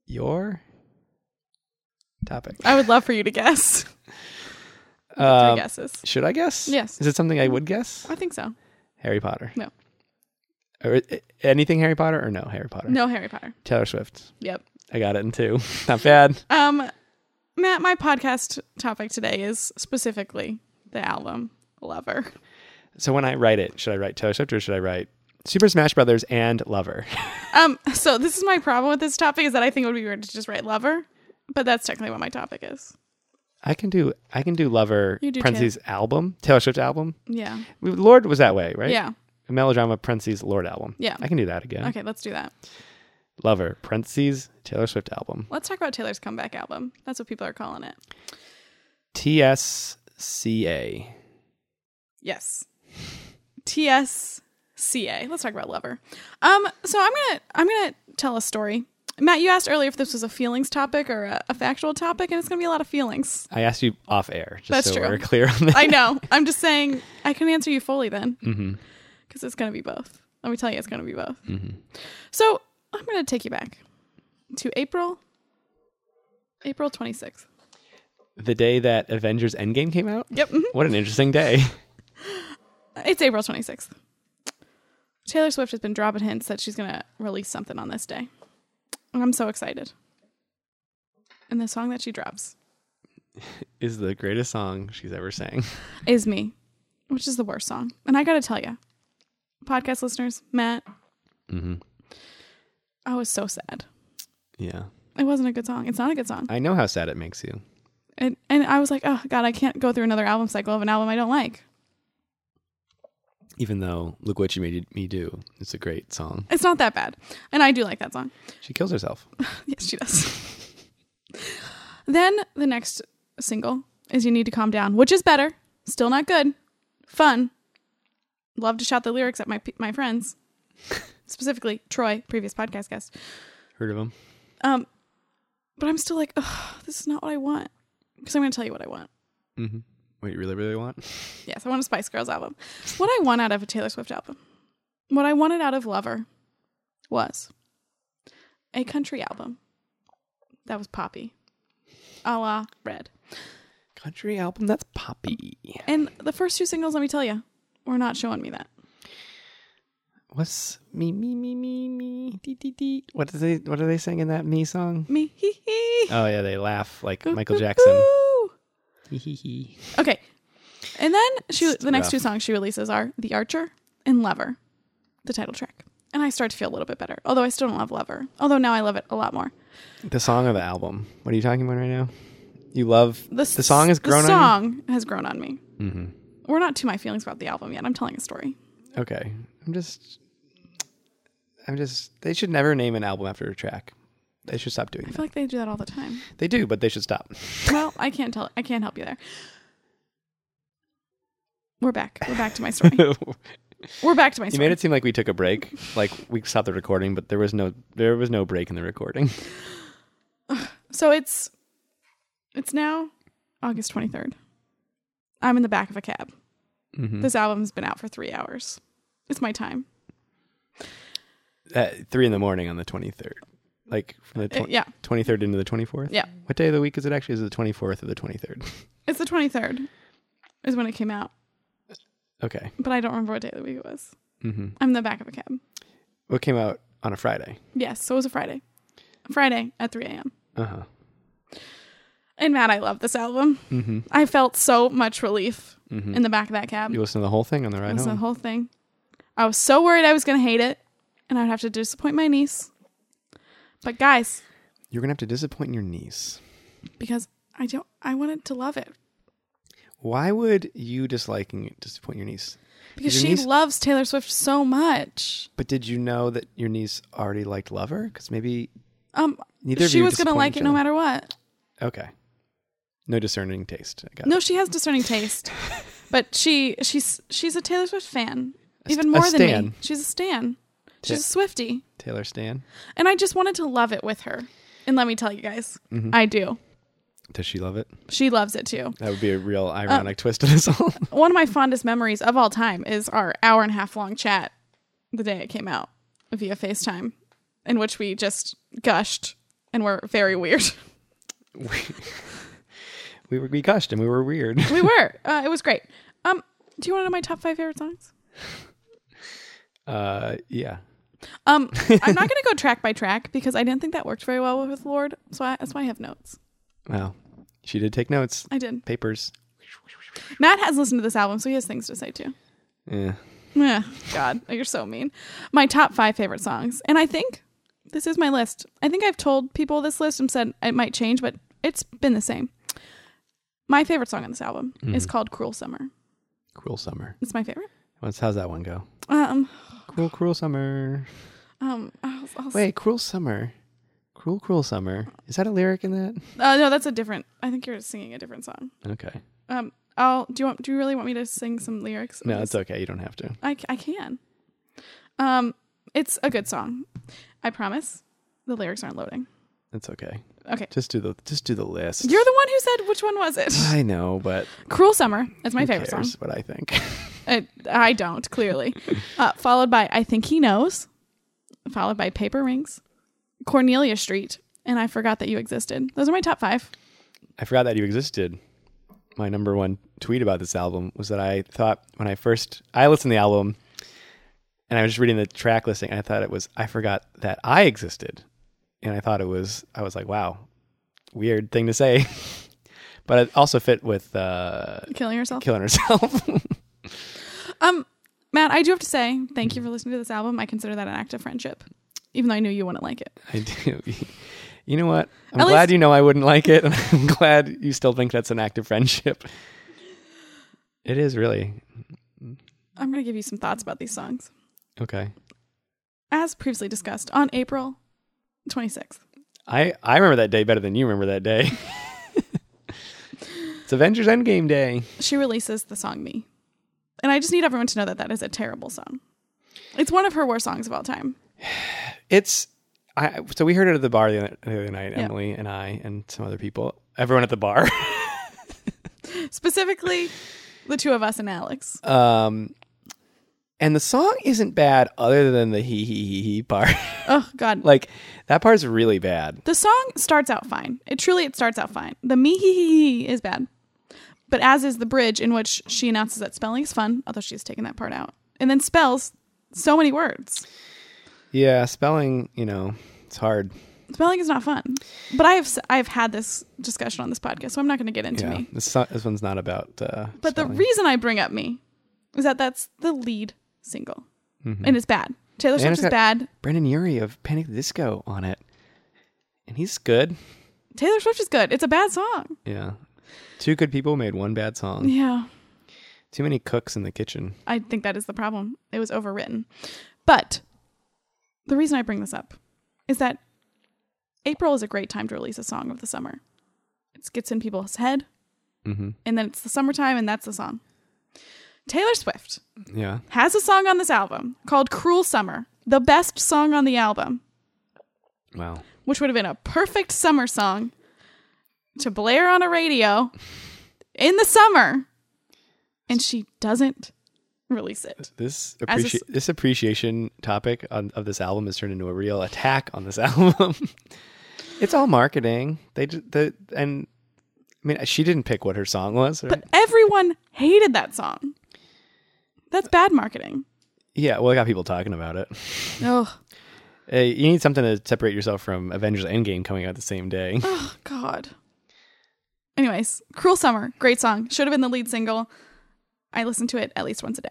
[SPEAKER 1] your topic?
[SPEAKER 2] I would love for you to guess.
[SPEAKER 1] Um,
[SPEAKER 2] Three guesses.
[SPEAKER 1] should I guess?
[SPEAKER 2] Yes. Mm-hmm.
[SPEAKER 1] Is it something I would guess?
[SPEAKER 2] I think so.
[SPEAKER 1] Harry Potter.
[SPEAKER 2] No.
[SPEAKER 1] Or uh, anything Harry Potter or no Harry Potter?
[SPEAKER 2] No Harry Potter.
[SPEAKER 1] Taylor Swift.
[SPEAKER 2] Yep.
[SPEAKER 1] I got it in two. Not bad.
[SPEAKER 2] Um, Matt, my podcast topic today is specifically the album Lover.
[SPEAKER 1] So when I write it, should I write Taylor Swift or should I write Super Smash Brothers and Lover?
[SPEAKER 2] Um, so this is my problem with this topic is that I think it would be weird to just write Lover, but that's technically what my topic is.
[SPEAKER 1] I can do I can do Lover
[SPEAKER 2] You do,
[SPEAKER 1] parentheses album Taylor Swift album.
[SPEAKER 2] Yeah.
[SPEAKER 1] Lord was that way, right?
[SPEAKER 2] Yeah.
[SPEAKER 1] Melodrama parentheses Lord album.
[SPEAKER 2] Yeah.
[SPEAKER 1] I can do that again.
[SPEAKER 2] Okay, let's do that.
[SPEAKER 1] Lover parentheses Taylor Swift album.
[SPEAKER 2] Let's talk about Taylor's comeback album. That's what people are calling it.
[SPEAKER 1] T S C A.
[SPEAKER 2] Yes. TSCA. Let's talk about Lover. Um so I'm going to I'm going to tell a story Matt, you asked earlier if this was a feelings topic or a, a factual topic, and it's going to be a lot of feelings.
[SPEAKER 1] I asked you off air, just
[SPEAKER 2] That's
[SPEAKER 1] so
[SPEAKER 2] true.
[SPEAKER 1] we're clear on that. Mm-hmm.
[SPEAKER 2] I know. I'm just saying I can answer you fully then. Because it's going to be both. Let me tell you, it's going to be both. So I'm going to take you back to April, April 26th.
[SPEAKER 1] the day that Avengers Endgame came out?
[SPEAKER 2] Yep. mhm.
[SPEAKER 1] What an interesting day.
[SPEAKER 2] Mm-hmm. It's April 26th. Taylor Swift has been dropping hints that she's going to release something on this day. And I'm so excited. And the song that she drops
[SPEAKER 1] Is the greatest song she's ever sang.
[SPEAKER 2] is Me, which is the worst song. And I got to tell you, podcast listeners, Matt,
[SPEAKER 1] Mhm.
[SPEAKER 2] I was so sad.
[SPEAKER 1] Yeah.
[SPEAKER 2] It wasn't a good song. It's not a good song.
[SPEAKER 1] I know how sad it makes you.
[SPEAKER 2] And and I was like, oh god, I can't go through another album cycle of an album I don't like.
[SPEAKER 1] Even though Look What You Made Me Do is a great song.
[SPEAKER 2] It's not that bad, and I do like that song.
[SPEAKER 1] She kills herself.
[SPEAKER 2] Yes, she does. then the next single is "You Need to Calm Down," which is better. Still not good. Fun. Love to shout the lyrics at my pe- my friends, specifically Troy, previous podcast guest.
[SPEAKER 1] Heard of him?
[SPEAKER 2] Um, but I'm still like, Ugh, this is not what I want. Because I'm going to tell you what I want.
[SPEAKER 1] Mm-hmm. What you really, really want?
[SPEAKER 2] Yes, I want a Spice Girls album. What I want out of a Taylor Swift album, what I wanted out of Lover was a country album that was poppy, a la Red.
[SPEAKER 1] Country album? That's poppy.
[SPEAKER 2] And the first two singles, let me tell you, were not showing me that.
[SPEAKER 1] What's me, me, me, me, me, dee, dee, dee. What, do they, what are they singing that me song?
[SPEAKER 2] Me, hee hee.
[SPEAKER 1] Oh, yeah, they laugh like Michael
[SPEAKER 2] Ooh,
[SPEAKER 1] Jackson.
[SPEAKER 2] ooh.
[SPEAKER 1] Hee, hee, hee.
[SPEAKER 2] Okay. And then she, the next
[SPEAKER 1] rough.
[SPEAKER 2] two songs she releases are The Archer and Lover, the title track. And I start to feel a little bit better, although I still don't love Lover, although now I love it a lot more.
[SPEAKER 1] the song or the album? What are you talking about right now? You love mm-hmm. the,
[SPEAKER 2] s-
[SPEAKER 1] song has grown
[SPEAKER 2] the
[SPEAKER 1] on
[SPEAKER 2] song has grown on me we're not to my feelings about the album yet i'm telling a story
[SPEAKER 1] you? Okay. I'm just I'm just they should never name an album after a track. They should stop doing
[SPEAKER 2] i
[SPEAKER 1] that.
[SPEAKER 2] feel like they do that all the time
[SPEAKER 1] They do, but they should stop.
[SPEAKER 2] well i can't tell i can't help you there we're back we're back to my story
[SPEAKER 1] you
[SPEAKER 2] we're back to my story
[SPEAKER 1] made it seem like we took a break, like we stopped the recording, but there was no there was no break in the recording.
[SPEAKER 2] so it's it's now august 23rd i'm in the back of a cab
[SPEAKER 1] Mhm.
[SPEAKER 2] this album's been out for three hours it's my time
[SPEAKER 1] At three in the morning on the twenty third, like from the
[SPEAKER 2] Uh, yeah
[SPEAKER 1] twenty third into the twenty fourth.
[SPEAKER 2] Yeah.
[SPEAKER 1] What day of the week is it? Actually, is it the twenty fourth or the twenty third?
[SPEAKER 2] it's the 23rd is when it came out
[SPEAKER 1] Okay.
[SPEAKER 2] but i don't remember what day of the week it was
[SPEAKER 1] hmm
[SPEAKER 2] i'm in the back of a cab
[SPEAKER 1] What came out on a Friday?
[SPEAKER 2] Yes, so it was a Friday. Friday at 3 a.m.
[SPEAKER 1] Uh huh.
[SPEAKER 2] And Matt, I love this album.
[SPEAKER 1] Mm-hmm.
[SPEAKER 2] I felt so much relief
[SPEAKER 1] Mhm.
[SPEAKER 2] in the back of that cab.
[SPEAKER 1] You listen to the whole thing on the ride
[SPEAKER 2] um, Listen to
[SPEAKER 1] home.
[SPEAKER 2] the whole thing. I was so worried I was going to hate it and I would have to disappoint my niece. But guys,
[SPEAKER 1] You're gonna have to disappoint your niece.
[SPEAKER 2] because I don't, I wanted to love it
[SPEAKER 1] Why would you disliking it disappoint your niece?
[SPEAKER 2] because
[SPEAKER 1] Your
[SPEAKER 2] she
[SPEAKER 1] niece-
[SPEAKER 2] loves Taylor Swift so much.
[SPEAKER 1] But did you know that your niece already liked Lover? Because maybe
[SPEAKER 2] Um,
[SPEAKER 1] neither of
[SPEAKER 2] she
[SPEAKER 1] you
[SPEAKER 2] was going to
[SPEAKER 1] disappoint
[SPEAKER 2] like
[SPEAKER 1] each
[SPEAKER 2] it no
[SPEAKER 1] other.
[SPEAKER 2] matter what.
[SPEAKER 1] Okay. No discerning taste. I got
[SPEAKER 2] No,
[SPEAKER 1] it.
[SPEAKER 2] she has discerning taste, but she she's she's a Taylor Swift fan, even
[SPEAKER 1] st- a
[SPEAKER 2] more than me.
[SPEAKER 1] stan.
[SPEAKER 2] She's a stan. She's
[SPEAKER 1] Ta-
[SPEAKER 2] a Swifty.
[SPEAKER 1] Taylor Stan.
[SPEAKER 2] And I just wanted to love it with her. And let me tell you guys,
[SPEAKER 1] Mm.
[SPEAKER 2] I do.
[SPEAKER 1] Mm-hmm. Does she love it?
[SPEAKER 2] She loves it too.
[SPEAKER 1] That would be a real
[SPEAKER 2] Uh,
[SPEAKER 1] ironic twist to this all.
[SPEAKER 2] One of my fondest memories of all time is our hour and a half long chat the day it came out via FaceTime, in which we just gushed and were very weird.
[SPEAKER 1] we, we were we gushed and we were weird.
[SPEAKER 2] We were. uh, it was great. Um, do you want to know my top five favorite songs?
[SPEAKER 1] Uh, yeah.
[SPEAKER 2] Um, I'm not going to go track by track because I didn't think that worked very well with Lord. So I, that's why I have notes.
[SPEAKER 1] Well, she did take notes,
[SPEAKER 2] I did.
[SPEAKER 1] papers.
[SPEAKER 2] Matt has listened to this album, so he has things to say too.
[SPEAKER 1] Yeah.
[SPEAKER 2] Yeah, God, you're so mean. My top five favorite songs, and I think this is my list. I think I've told people this list and said it might change, but it's been the same. My favorite song on this album
[SPEAKER 1] Mm-hmm.
[SPEAKER 2] is called "Cruel Summer."
[SPEAKER 1] Cruel summer.
[SPEAKER 2] It's my favorite.
[SPEAKER 1] What's how's that one go?
[SPEAKER 2] Um,
[SPEAKER 1] Cruel, cruel summer.
[SPEAKER 2] um, I'll, I'll s-
[SPEAKER 1] Wait, cruel summer. Cruel, cruel summer. Is that a lyric in that?
[SPEAKER 2] Uh, no, that's a different. I think you're singing a different song.
[SPEAKER 1] Okay.
[SPEAKER 2] Um, I'll. Do you want? Do you really want me to sing some lyrics? of
[SPEAKER 1] No,
[SPEAKER 2] this?
[SPEAKER 1] it's okay. You don't have to.
[SPEAKER 2] I, c- I can. Um, it's a good song. I promise. the lyrics aren't loading.
[SPEAKER 1] That's okay.
[SPEAKER 2] Okay.
[SPEAKER 1] Just do the just do the list.
[SPEAKER 2] You're the one who said which one was it?
[SPEAKER 1] I know, but
[SPEAKER 2] Cruel Summer. That's my
[SPEAKER 1] who
[SPEAKER 2] favorite
[SPEAKER 1] cares
[SPEAKER 2] song.
[SPEAKER 1] what I think.
[SPEAKER 2] I, I don't, clearly. uh, followed by I Think He Knows, followed by Paper Rings, Cornelia Street, and I Forgot That You Existed. Those are my top five.
[SPEAKER 1] I forgot that you existed. My number one tweet about this album was that I thought when I first I listened to the album and I was just reading the track listing and I thought it was I forgot that I existed. And I thought it was I was like, wow, weird thing to say. but it also fit with uh
[SPEAKER 2] Killing Yourself.
[SPEAKER 1] killing herself.
[SPEAKER 2] um, Matt, I do have to say thank you for listening to this album. I consider that an act of friendship, even though I knew you wouldn't like it.
[SPEAKER 1] I do. You know what? I'm
[SPEAKER 2] At
[SPEAKER 1] glad
[SPEAKER 2] least-
[SPEAKER 1] you know I wouldn't like it, and I'm glad you still think that's an active friendship. It is really
[SPEAKER 2] I'm going to give you some thoughts about these songs.
[SPEAKER 1] okay.
[SPEAKER 2] As previously discussed, on April 26th,
[SPEAKER 1] I I remember that day better than you remember that day. it's Avengers Endgame day.
[SPEAKER 2] she releases the song Me. And I just need everyone to know that that is a terrible song. It's one of her worst songs of all time.
[SPEAKER 1] It's I so we heard it at the bar the other, the other night.
[SPEAKER 2] Yeah.
[SPEAKER 1] Emily and I and some other people. Everyone at the bar.
[SPEAKER 2] Specifically, the two of us and Alex.
[SPEAKER 1] um, and the song isn't bad other than the hee hee hee hee part.
[SPEAKER 2] Oh, God.
[SPEAKER 1] like that part's really bad.
[SPEAKER 2] The song starts out fine. It truly it starts out fine. The me hee hee hee is bad. But as is the bridge in which she announces that spelling is fun, although she's taken that part out. And then spells so many words.
[SPEAKER 1] Yeah, spelling. You know, it's hard.
[SPEAKER 2] Spelling is not fun. But I have s- I have had this discussion on this podcast, so I'm not going to get into
[SPEAKER 1] yeah,
[SPEAKER 2] me.
[SPEAKER 1] This, so- this one's not about. Uh,
[SPEAKER 2] But the
[SPEAKER 1] spelling.
[SPEAKER 2] reason I bring up me is that that's the lead single.
[SPEAKER 1] Mm-hmm.
[SPEAKER 2] And it's bad. Taylor Swift
[SPEAKER 1] it's
[SPEAKER 2] is
[SPEAKER 1] got-
[SPEAKER 2] bad.
[SPEAKER 1] Brendan Urie of Panic at the Disco on it, and he's good.
[SPEAKER 2] Taylor Swift is good. It's a bad song.
[SPEAKER 1] Yeah, two good people made one bad song.
[SPEAKER 2] Yeah.
[SPEAKER 1] Too many cooks in the kitchen.
[SPEAKER 2] I think that is the problem. It was overwritten. But the reason I bring this up is that April is a great time to release a song of the summer. It gets in people's head,
[SPEAKER 1] hmm
[SPEAKER 2] and then it's the summertime, and that's the song. Taylor Swift
[SPEAKER 1] Yeah,
[SPEAKER 2] has a song on this album called Cruel Summer, the best song on the album,
[SPEAKER 1] wow.
[SPEAKER 2] which would have been a perfect summer song to blare on a radio in the summer. And she doesn't release it.
[SPEAKER 1] This
[SPEAKER 2] As a
[SPEAKER 1] appreci-
[SPEAKER 2] s-
[SPEAKER 1] this appreciation topic on, of this album has turned into a real attack on this album. it's all marketing. They ju- the and I mean she didn't pick what her song was. Right?
[SPEAKER 2] But everyone hated that song. That's bad marketing.
[SPEAKER 1] yeah, well, it got people talking about it.
[SPEAKER 2] Oh,
[SPEAKER 1] Hey, you need something to separate yourself from Avengers Endgame coming out the same day.
[SPEAKER 2] oh God. Anyways, Cruel Summer, great song. Should have been the lead single. I listen to it at least once a day.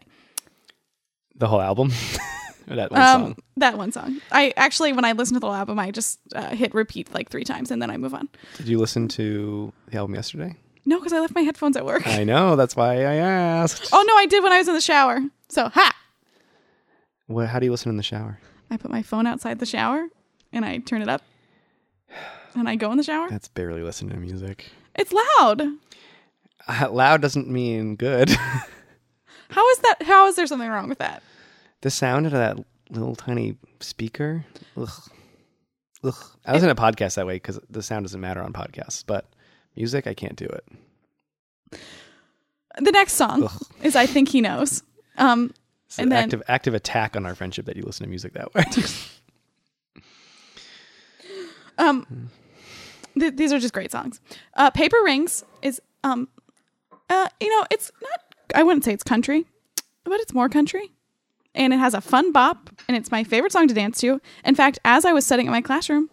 [SPEAKER 1] the whole album. Or that one
[SPEAKER 2] Um,
[SPEAKER 1] song.
[SPEAKER 2] that one song. I actually, when I listen to the whole album, I just uh, hit repeat like three times and then I move on.
[SPEAKER 1] Did you listen to the album yesterday?
[SPEAKER 2] No, because I left my headphones at work.
[SPEAKER 1] I know. That's why I asked.
[SPEAKER 2] Oh no, I did when I was in the shower. So ha!
[SPEAKER 1] What, how do you listen in the shower?
[SPEAKER 2] I put my phone outside the shower and I turn it up, and I go in the shower.
[SPEAKER 1] That's barely listening to music.
[SPEAKER 2] It's loud.
[SPEAKER 1] Uh, loud doesn't mean good.
[SPEAKER 2] How is that? How is there something wrong with that?
[SPEAKER 1] the sound of that little tiny speaker. Ugh. Ugh. I listen to podcasts that way because the sound doesn't matter on podcasts, but music, I can't do it.
[SPEAKER 2] The next song
[SPEAKER 1] Ugh.
[SPEAKER 2] is I Think He Knows. Um,
[SPEAKER 1] It's an
[SPEAKER 2] And then-
[SPEAKER 1] active, active attack on our friendship that you listen to music that way.
[SPEAKER 2] um, th- these are just great songs. Uh, Paper Rings is, um, uh, you know, it's not, I wouldn't say it's country, but it's more country. And it has a fun bop, and it's my favorite song to dance to. In fact, as I was studying in my classroom,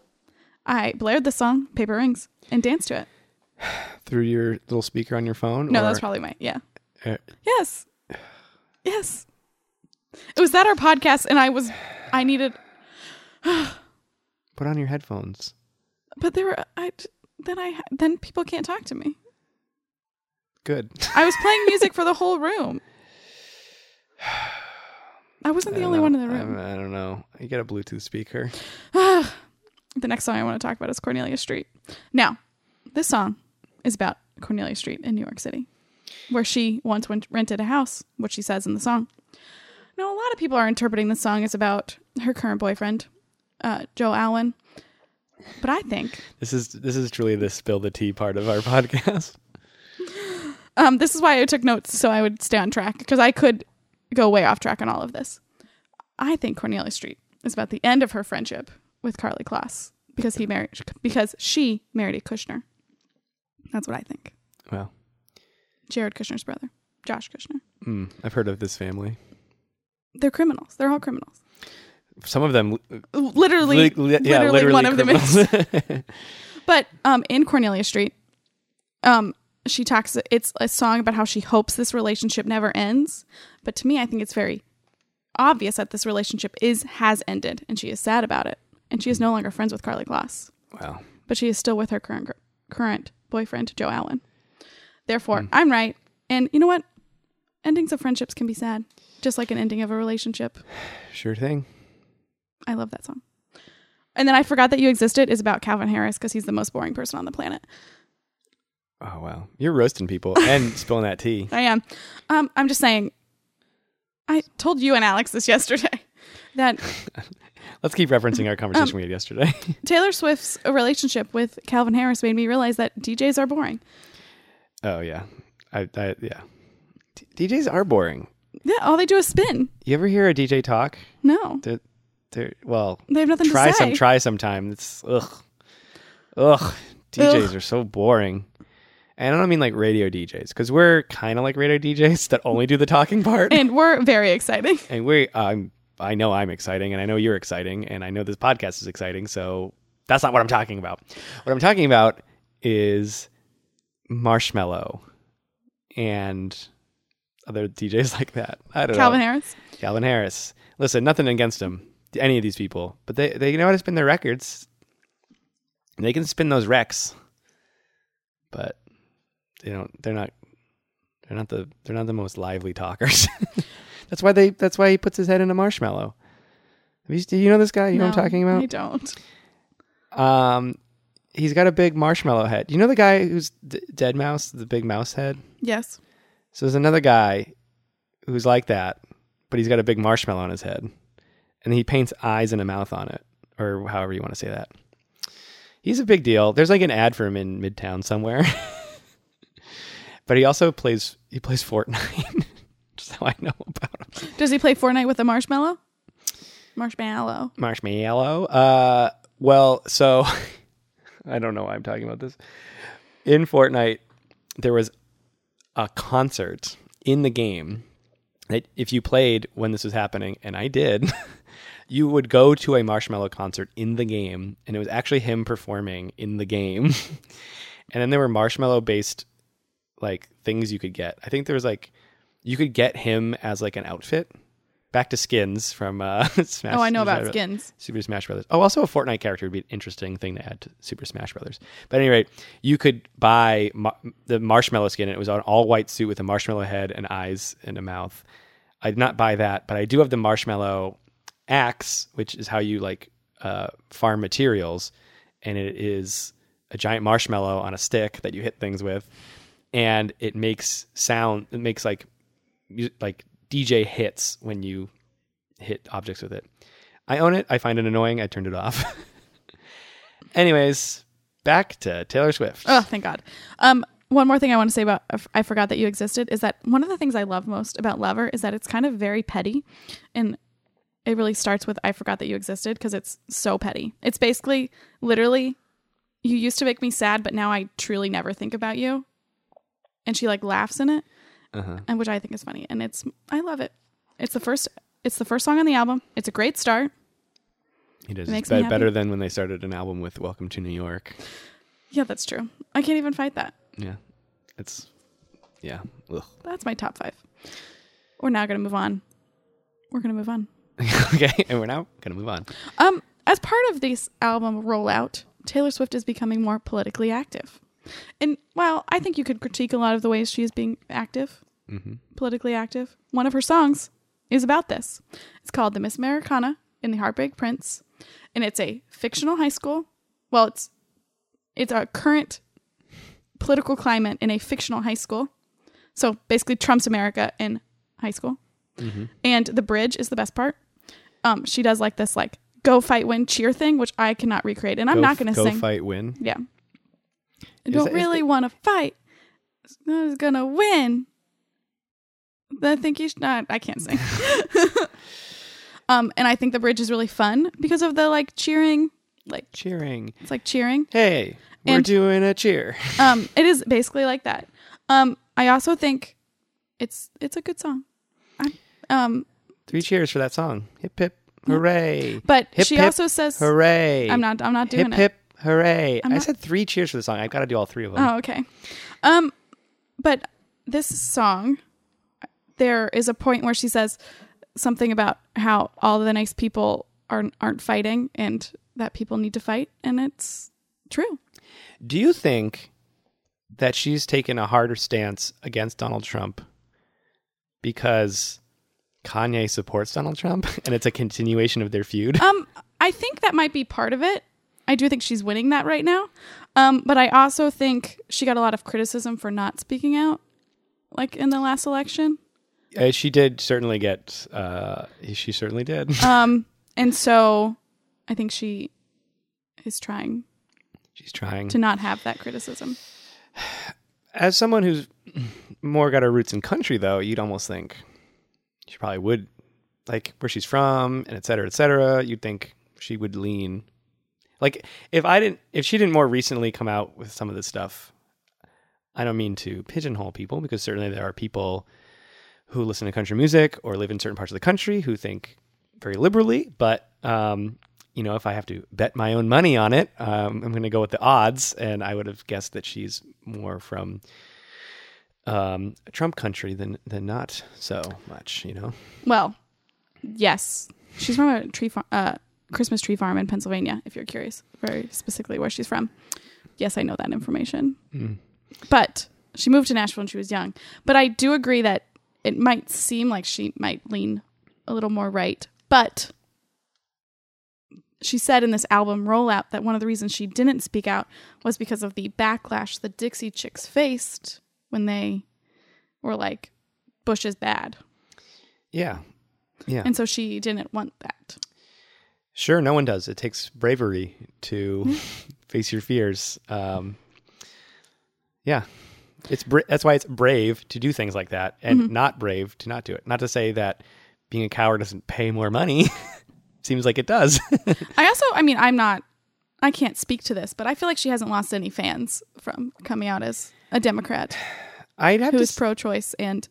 [SPEAKER 2] I blared the song Paper Rings and danced to it.
[SPEAKER 1] Through your little speaker on your phone?
[SPEAKER 2] No,
[SPEAKER 1] or,
[SPEAKER 2] that's probably my, yeah.
[SPEAKER 1] uh,
[SPEAKER 2] Yes. Yes. It was that our podcast, and I was, I needed,
[SPEAKER 1] put on your headphones.
[SPEAKER 2] but there were I then I then people can't talk to me.
[SPEAKER 1] Good.
[SPEAKER 2] I was playing music for the whole room. I wasn't the
[SPEAKER 1] I
[SPEAKER 2] only
[SPEAKER 1] don't
[SPEAKER 2] one
[SPEAKER 1] know.
[SPEAKER 2] in the room.
[SPEAKER 1] I, I don't know. You get a Bluetooth speaker.
[SPEAKER 2] The next song I want to talk about is Cornelia Street. Now, this song is about Cornelia Street in New York City, where she once went, rented a house, which she says in the song. Now, a lot of people are interpreting the song as about her current boyfriend, uh, Joe Allen, But I think
[SPEAKER 1] This is this is truly the spill the tea part of our podcast.
[SPEAKER 2] um, this is why I took notes so I would stay on track because I could go way off track on all of this. I think Cornelia Street is about the end of her friendship with Carly Kloss because he married because she married a Kushner. That's what I think.
[SPEAKER 1] Well,
[SPEAKER 2] Jared Kushner's brother, Josh Kushner.
[SPEAKER 1] mm, I've heard of this family.
[SPEAKER 2] They're criminals. They're all criminals.
[SPEAKER 1] Some of them,
[SPEAKER 2] Literally,
[SPEAKER 1] li-
[SPEAKER 2] literally, one of them is.
[SPEAKER 1] them is.
[SPEAKER 2] But um, in Cornelia Street, um, she talks. It's a song about how she hopes this relationship never ends. But to me, I think it's very obvious that this relationship is has ended, and she is sad about it. And she is no longer friends with Carly Glass,
[SPEAKER 1] wow.
[SPEAKER 2] but she is still with her current current boyfriend, Joe Allen. Therefore, I'm right. And you know what? Endings of friendships can be sad, just like an ending of a relationship.
[SPEAKER 1] Sure thing.
[SPEAKER 2] I love that song. And then I forgot that you existed is about Calvin Harris because he's the most boring person on the planet.
[SPEAKER 1] Oh wow, you're roasting people and spilling that tea.
[SPEAKER 2] I am. Um, I'm just saying. I told you and Alex this yesterday that
[SPEAKER 1] Let's keep referencing our conversation we had yesterday.
[SPEAKER 2] Taylor Swift's relationship with Calvin Harris made me realize that DJs are boring.
[SPEAKER 1] oh yeah, I, I yeah. D- DJs are boring.
[SPEAKER 2] Yeah, all they do is spin.
[SPEAKER 1] You ever hear a DJ talk?
[SPEAKER 2] No,
[SPEAKER 1] They're, they're well,
[SPEAKER 2] they have nothing
[SPEAKER 1] try
[SPEAKER 2] to say.
[SPEAKER 1] some, try sometime. It's ugh, ugh. DJs
[SPEAKER 2] Ugh.
[SPEAKER 1] are so boring. And I don't mean like radio DJs because we're kind of like radio DJs that only do the talking part.
[SPEAKER 2] and we're very exciting.
[SPEAKER 1] and we I'm I know I'm exciting and I know you're exciting and I know this podcast is exciting, so that's not what I'm talking about. What I'm talking about is marshmallow and other DJs like that. I don't
[SPEAKER 2] Calvin
[SPEAKER 1] know.
[SPEAKER 2] Harris.
[SPEAKER 1] Calvin Harris. Listen, nothing against them, any of these people, but they they know how to spin their records. And they can spin those wrecks, but they don't. They're not. They're not the. They're not the most lively talkers. that's why they. That's why he puts his head in a marshmallow. Have you, do you know this guy? You know what
[SPEAKER 2] No,
[SPEAKER 1] I'm talking
[SPEAKER 2] I
[SPEAKER 1] about.
[SPEAKER 2] don't.
[SPEAKER 1] Um, he's got a big marshmallow head. You know the guy who's d- dead mouse, the big mouse head.
[SPEAKER 2] Yes.
[SPEAKER 1] So there's another guy who's like that, but he's got a big marshmallow on his head. And he paints eyes and a mouth on it, or however you want to say that. He's a big deal. There's like an ad for him in Midtown somewhere. but he also plays he plays Fortnite. Just how I know about him.
[SPEAKER 2] Does he play Fortnite with a marshmallow? Marshmallow.
[SPEAKER 1] Marshmallow. Uh well, so I don't know why I'm talking about this. In Fortnite, there was a concert in the game that if you played when this was happening, and I did, you would go to a marshmallow concert in the game, and it was actually him performing in the game. and then there were marshmallow based like things you could get. I think there was like you could get him as like an outfit. Back to skins from uh, Smash.
[SPEAKER 2] Oh, I know about
[SPEAKER 1] Smash-
[SPEAKER 2] skins.
[SPEAKER 1] Super Smash Brothers. Oh, also a Fortnite character would be an interesting thing to add to Super Smash Brothers. But at any rate, you could buy ma- the marshmallow skin, and it was an all white suit with a marshmallow head and eyes and a mouth. I did not buy that, but I do have the marshmallow axe, which is how you like uh, farm materials, and it is a giant marshmallow on a stick that you hit things with, and it makes sound. It makes like mu- like DJ hits when you hit objects with it. I own it. I find it annoying. I turned it off. Anyways, back to Taylor Swift.
[SPEAKER 2] Oh, thank God. Um, one more thing I want to say about I forgot that you existed is that one of the things I love most about Lover is that it's kind of very petty, and it really starts with I forgot that you existed because it's so petty. It's basically literally, you used to make me sad, but now I truly never think about you, and she like laughs in it,
[SPEAKER 1] Uh-huh.
[SPEAKER 2] and which I think is funny, and it's I love it. It's the first. It's the first song on the album. It's a great start.
[SPEAKER 1] He does
[SPEAKER 2] It makes
[SPEAKER 1] it's
[SPEAKER 2] me
[SPEAKER 1] be-
[SPEAKER 2] happy.
[SPEAKER 1] better than when they started an album with "Welcome to New York."
[SPEAKER 2] Yeah, that's true. I can't even fight that.
[SPEAKER 1] Yeah, it's yeah. Ugh.
[SPEAKER 2] That's my top five. We're now gonna move on. We're gonna move on.
[SPEAKER 1] okay, and we're now gonna move on.
[SPEAKER 2] Um, as part of this album rollout, Taylor Swift is becoming more politically active. And while I think you could critique a lot of the ways she is being active,
[SPEAKER 1] Mm-hmm.
[SPEAKER 2] politically active, one of her songs is about this. It's called The Miss Americana in the Heartbreak Prince, and it's a fictional high school. Well, it's it's a current political climate in a fictional high school. So basically, Trump's America
[SPEAKER 1] Mm-hmm.
[SPEAKER 2] in high school. And the bridge is the best part um she does like this like go fight win cheer thing, which I cannot recreate, and I'm
[SPEAKER 1] Go
[SPEAKER 2] not
[SPEAKER 1] f-
[SPEAKER 2] going to
[SPEAKER 1] go
[SPEAKER 2] sing.
[SPEAKER 1] fight win.
[SPEAKER 2] Yeah, I
[SPEAKER 1] Is
[SPEAKER 2] don't
[SPEAKER 1] that- is
[SPEAKER 2] really
[SPEAKER 1] that-
[SPEAKER 2] want to fight. I was gonna win. I think you should not. I can't sing. um, and I think the bridge is really fun because of the like cheering. Like
[SPEAKER 1] Cheering.
[SPEAKER 2] it's like cheering.
[SPEAKER 1] Hey, we're
[SPEAKER 2] And-
[SPEAKER 1] doing a cheer.
[SPEAKER 2] Um, it is basically like that. Um, I also think it's it's a good song. I, um,
[SPEAKER 1] Three cheers for that song. Hip hip. Hooray.
[SPEAKER 2] but
[SPEAKER 1] Hip,
[SPEAKER 2] she
[SPEAKER 1] hip,
[SPEAKER 2] also says,
[SPEAKER 1] Hooray.
[SPEAKER 2] "I'm not. I'm not doing
[SPEAKER 1] Hip
[SPEAKER 2] it."
[SPEAKER 1] hip. Hooray. I
[SPEAKER 2] not-
[SPEAKER 1] said three cheers for the song. I've got to do all three of them.
[SPEAKER 2] Oh, okay. Um, but this song, there is a point where she says something about how all the nice people aren't aren't fighting, and that people need to fight, and it's true.
[SPEAKER 1] Do you think that she's taken a harder stance against Donald Trump because Kanye supports Donald Trump and it's a continuation of their feud?
[SPEAKER 2] Um, I think that might be part of it. I do think she's winning that right now. Um, but I also think she got a lot of criticism for not speaking out, like in the last election.
[SPEAKER 1] Uh, she did certainly get. Uh, she certainly did.
[SPEAKER 2] Um, and so I think she is trying
[SPEAKER 1] She's trying.
[SPEAKER 2] to not have that criticism.
[SPEAKER 1] As someone who's more got her roots in country, though, you'd almost think she probably would, like where she's from and et cetera, et cetera. You'd think she would lean, like if I didn't, if she didn't more recently come out with some of this stuff. I don't mean to pigeonhole people because certainly there are people who listen to country music or live in certain parts of the country who think very liberally. But um, you know, if I have to bet my own money on it, um, I'm going to go with the odds, and I would have guessed that she's more from um, Trump country than than not so much. You know,
[SPEAKER 2] Well, yes, she's from a tree farm, uh, Christmas tree farm in Pennsylvania. If you're curious, very specifically where she's from. Yes, I know that information. But she moved to Nashville when she was young. But I do agree that it might seem like she might lean a little more right. But she said in this album rollout that one of the reasons she didn't speak out was because of the backlash the Dixie Chicks faced when they were like, "Bush is bad."
[SPEAKER 1] yeah, yeah.
[SPEAKER 2] And so she didn't want that.
[SPEAKER 1] Sure, no one does. It takes bravery to face your fears. Um, yeah, it's bra- that's why it's brave to do things like that, and not brave to not do it. Not to say that being a coward doesn't pay more money. Seems like it does.
[SPEAKER 2] I also, I mean, I'm not, I can't speak to this, but I feel like she hasn't lost any fans from coming out as a Democrat
[SPEAKER 1] I'd have
[SPEAKER 2] who
[SPEAKER 1] to.
[SPEAKER 2] is
[SPEAKER 1] s-
[SPEAKER 2] pro choice and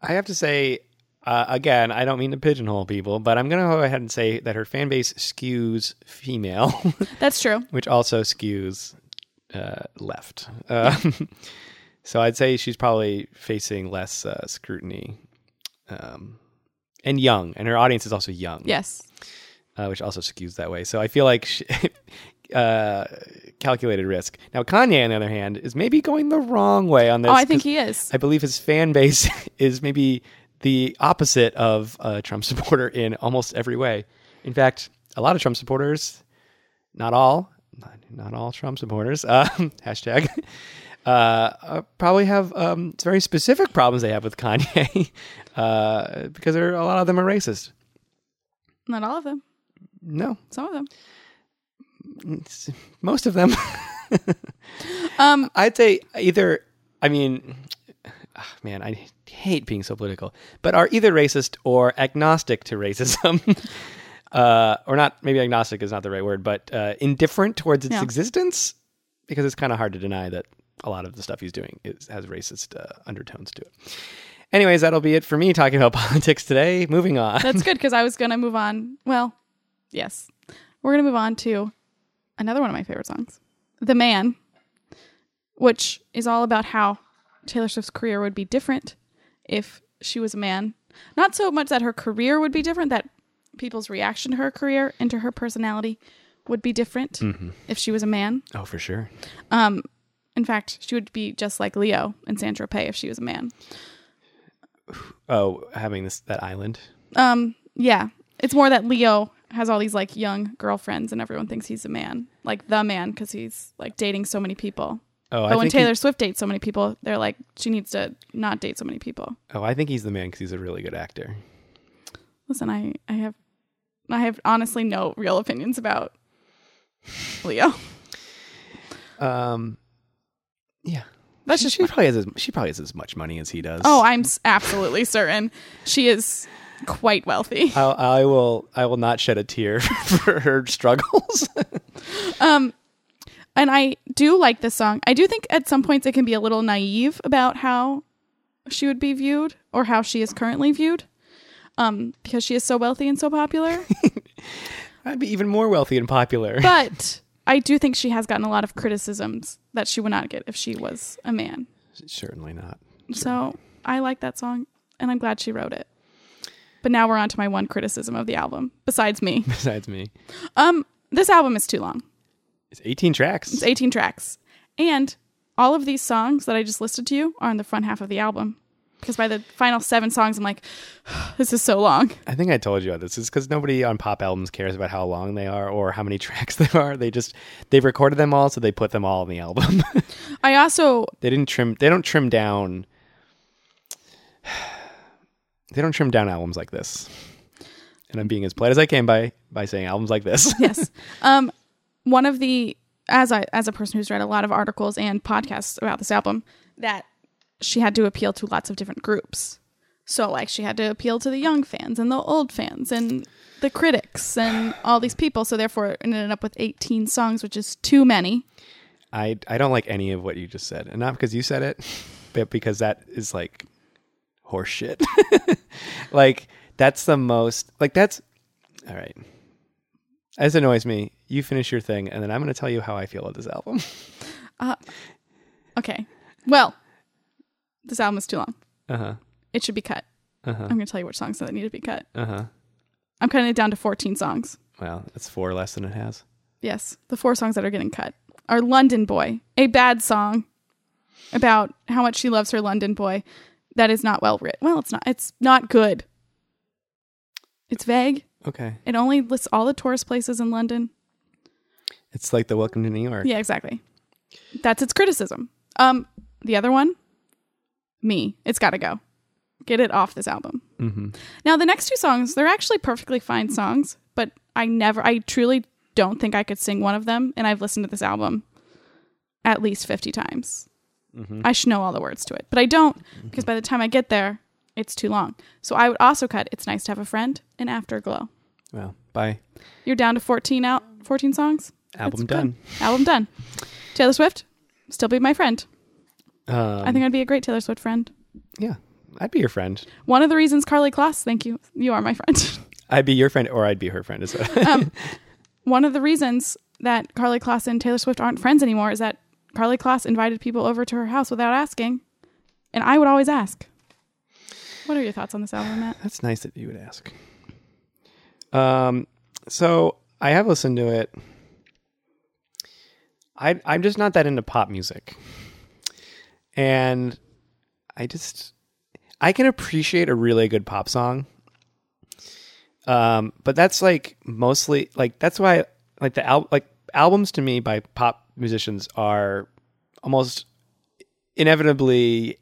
[SPEAKER 1] I have to say. Uh, again, I don't mean to pigeonhole people, but I'm going to go ahead and say that her fan base skews female.
[SPEAKER 2] that's true.
[SPEAKER 1] which also skews uh, left. Um, so I'd say she's probably facing less uh, scrutiny, um, and young, and her audience is also young,
[SPEAKER 2] Yes.
[SPEAKER 1] uh, which also skews that way. So I feel like she, uh, calculated risk. Now Kanye, on the other hand, is maybe going the wrong way on this.
[SPEAKER 2] Oh, I think
[SPEAKER 1] 'cause
[SPEAKER 2] he is.
[SPEAKER 1] I believe his fan base is maybe the opposite of a Trump supporter in almost every way. In fact, a lot of Trump supporters, not all, not, not all Trump supporters, um, hashtag, uh, uh, probably have um, very specific problems they have with Kanye uh, because there, a lot of them are racist.
[SPEAKER 2] Not all of them,
[SPEAKER 1] No,
[SPEAKER 2] some of them.
[SPEAKER 1] it's- most of them.
[SPEAKER 2] Um,
[SPEAKER 1] I'd say either. I mean, ah, man, I hate being so political, but are either racist or agnostic to racism, uh, or not? Maybe agnostic is not the right word, but uh, indifferent towards its
[SPEAKER 2] Yeah.
[SPEAKER 1] existence, because it's kind of hard to deny that a lot of the stuff he's doing is, has racist uh, undertones to it. Anyways, that'll be it for me talking about politics today. Moving on.
[SPEAKER 2] that's good because I was going to move on. Well, yes. We're going to move on to another one of my favorite songs, The Man, which is all about how Taylor Swift's career would be different if she was a man. Not so much that her career would be different, that people's reaction to her career and to her personality would be different if she was a man.
[SPEAKER 1] Oh, for sure.
[SPEAKER 2] Um, in fact, she would be just like Leo and San Tropez if she was a man.
[SPEAKER 1] Oh, having this that island.
[SPEAKER 2] Um, yeah. It's more that Leo has all these like young girlfriends and everyone thinks he's a man, like the man, because he's like dating so many people.
[SPEAKER 1] Oh,
[SPEAKER 2] but
[SPEAKER 1] I
[SPEAKER 2] when
[SPEAKER 1] think he-
[SPEAKER 2] Taylor Swift dates so many people, they're like, she needs to not date so many people.
[SPEAKER 1] oh, I think he's the man because he's a really good actor.
[SPEAKER 2] Listen, I, I have I have honestly no real opinions about Leo.
[SPEAKER 1] Um, yeah.
[SPEAKER 2] That's
[SPEAKER 1] she,
[SPEAKER 2] just
[SPEAKER 1] she probably has as, she probably has as much money as he does.
[SPEAKER 2] Oh, I'm s- absolutely certain she is quite wealthy.
[SPEAKER 1] I, I will I will not shed a tear for her struggles.
[SPEAKER 2] Um, and I do like this song. I do think at some points it can be a little naive about how she would be viewed or how she is currently viewed. Um, because she is so wealthy and so popular.
[SPEAKER 1] I'd be even more wealthy and popular.
[SPEAKER 2] but I do think she has gotten a lot of criticisms that she would not get if she was a man.
[SPEAKER 1] Certainly not.
[SPEAKER 2] So I like that song and I'm glad she wrote it. But now we're on to my one criticism of the album, besides me.
[SPEAKER 1] Besides me,
[SPEAKER 2] Um, this album is too long.
[SPEAKER 1] it's 18 tracks.
[SPEAKER 2] It's 18 tracks. And all of these songs that I just listed to you are in the front half of the album. Because by the final seven songs, I'm like, this is so long.
[SPEAKER 1] I think I told you about this. It's because nobody on pop albums cares about how long they are or how many tracks there are. They just they've recorded them all, so they put them all in the album.
[SPEAKER 2] I also,
[SPEAKER 1] they didn't trim. They don't trim down. They don't trim down albums like this. And I'm being as polite as I can by by saying albums like this.
[SPEAKER 2] yes, um, one of the, as I, as a person who's read a lot of articles and podcasts about this album, that she had to appeal to lots of different groups. So like she had to appeal to the young fans and the old fans and the critics and all these people. So therefore, it ended up with 18 songs, which is too many.
[SPEAKER 1] I I don't like any of what you just said, and not because you said it, but because that is like horseshit. like that's the most like that's all right. As annoys me, you finish your thing, and then I'm going to tell you how I feel about this album.
[SPEAKER 2] Okay. Well, this album is too long.
[SPEAKER 1] Uh huh.
[SPEAKER 2] It should be cut. I'm going to tell you which songs that need to be cut.
[SPEAKER 1] Uh huh.
[SPEAKER 2] I'm cutting it down to 14 songs.
[SPEAKER 1] Well, that's four less than it has.
[SPEAKER 2] Yes, the four songs that are getting cut are London Boy, a bad song about how much she loves her London boy that is not well written. Well, it's not it's not good. It's vague.
[SPEAKER 1] Okay,
[SPEAKER 2] It only lists all the tourist places in London.
[SPEAKER 1] it's like the Welcome to New York.
[SPEAKER 2] Yeah, exactly. That's its criticism. Um the other one me. It's got to go. Get it off this album.
[SPEAKER 1] Mm-hmm.
[SPEAKER 2] Now, the next two songs, they're actually perfectly fine songs, but I never, I truly don't think I could sing one of them. And I've listened to this album at least 50 times. I should know all the words to it, but I don't because by the time I get there, it's too long. So I would also cut It's Nice to Have a Friend and Afterglow.
[SPEAKER 1] Well, bye.
[SPEAKER 2] You're down to 14 out, 14 songs.
[SPEAKER 1] Album
[SPEAKER 2] That's good.
[SPEAKER 1] done.
[SPEAKER 2] Album done. Taylor Swift, still be my friend.
[SPEAKER 1] Um,
[SPEAKER 2] I think I'd be a great Taylor Swift friend.
[SPEAKER 1] yeah, I'd be your friend.
[SPEAKER 2] One of the reasons Carly Kloss, thank you, you are my friend.
[SPEAKER 1] I'd be your friend, or I'd be her friend as well.
[SPEAKER 2] Um, one of the reasons that Carly Kloss and Taylor Swift aren't friends anymore is that Carly Kloss invited people over to her house without asking, and I would always ask. What are your thoughts on this album, Matt?
[SPEAKER 1] That's nice that you would ask. Um, so I have listened to it. I I'm just not that into pop music, and I just I can appreciate a really good pop song. Um, but that's like mostly like that's why like the al- like albums to me by pop musicians are almost inevitably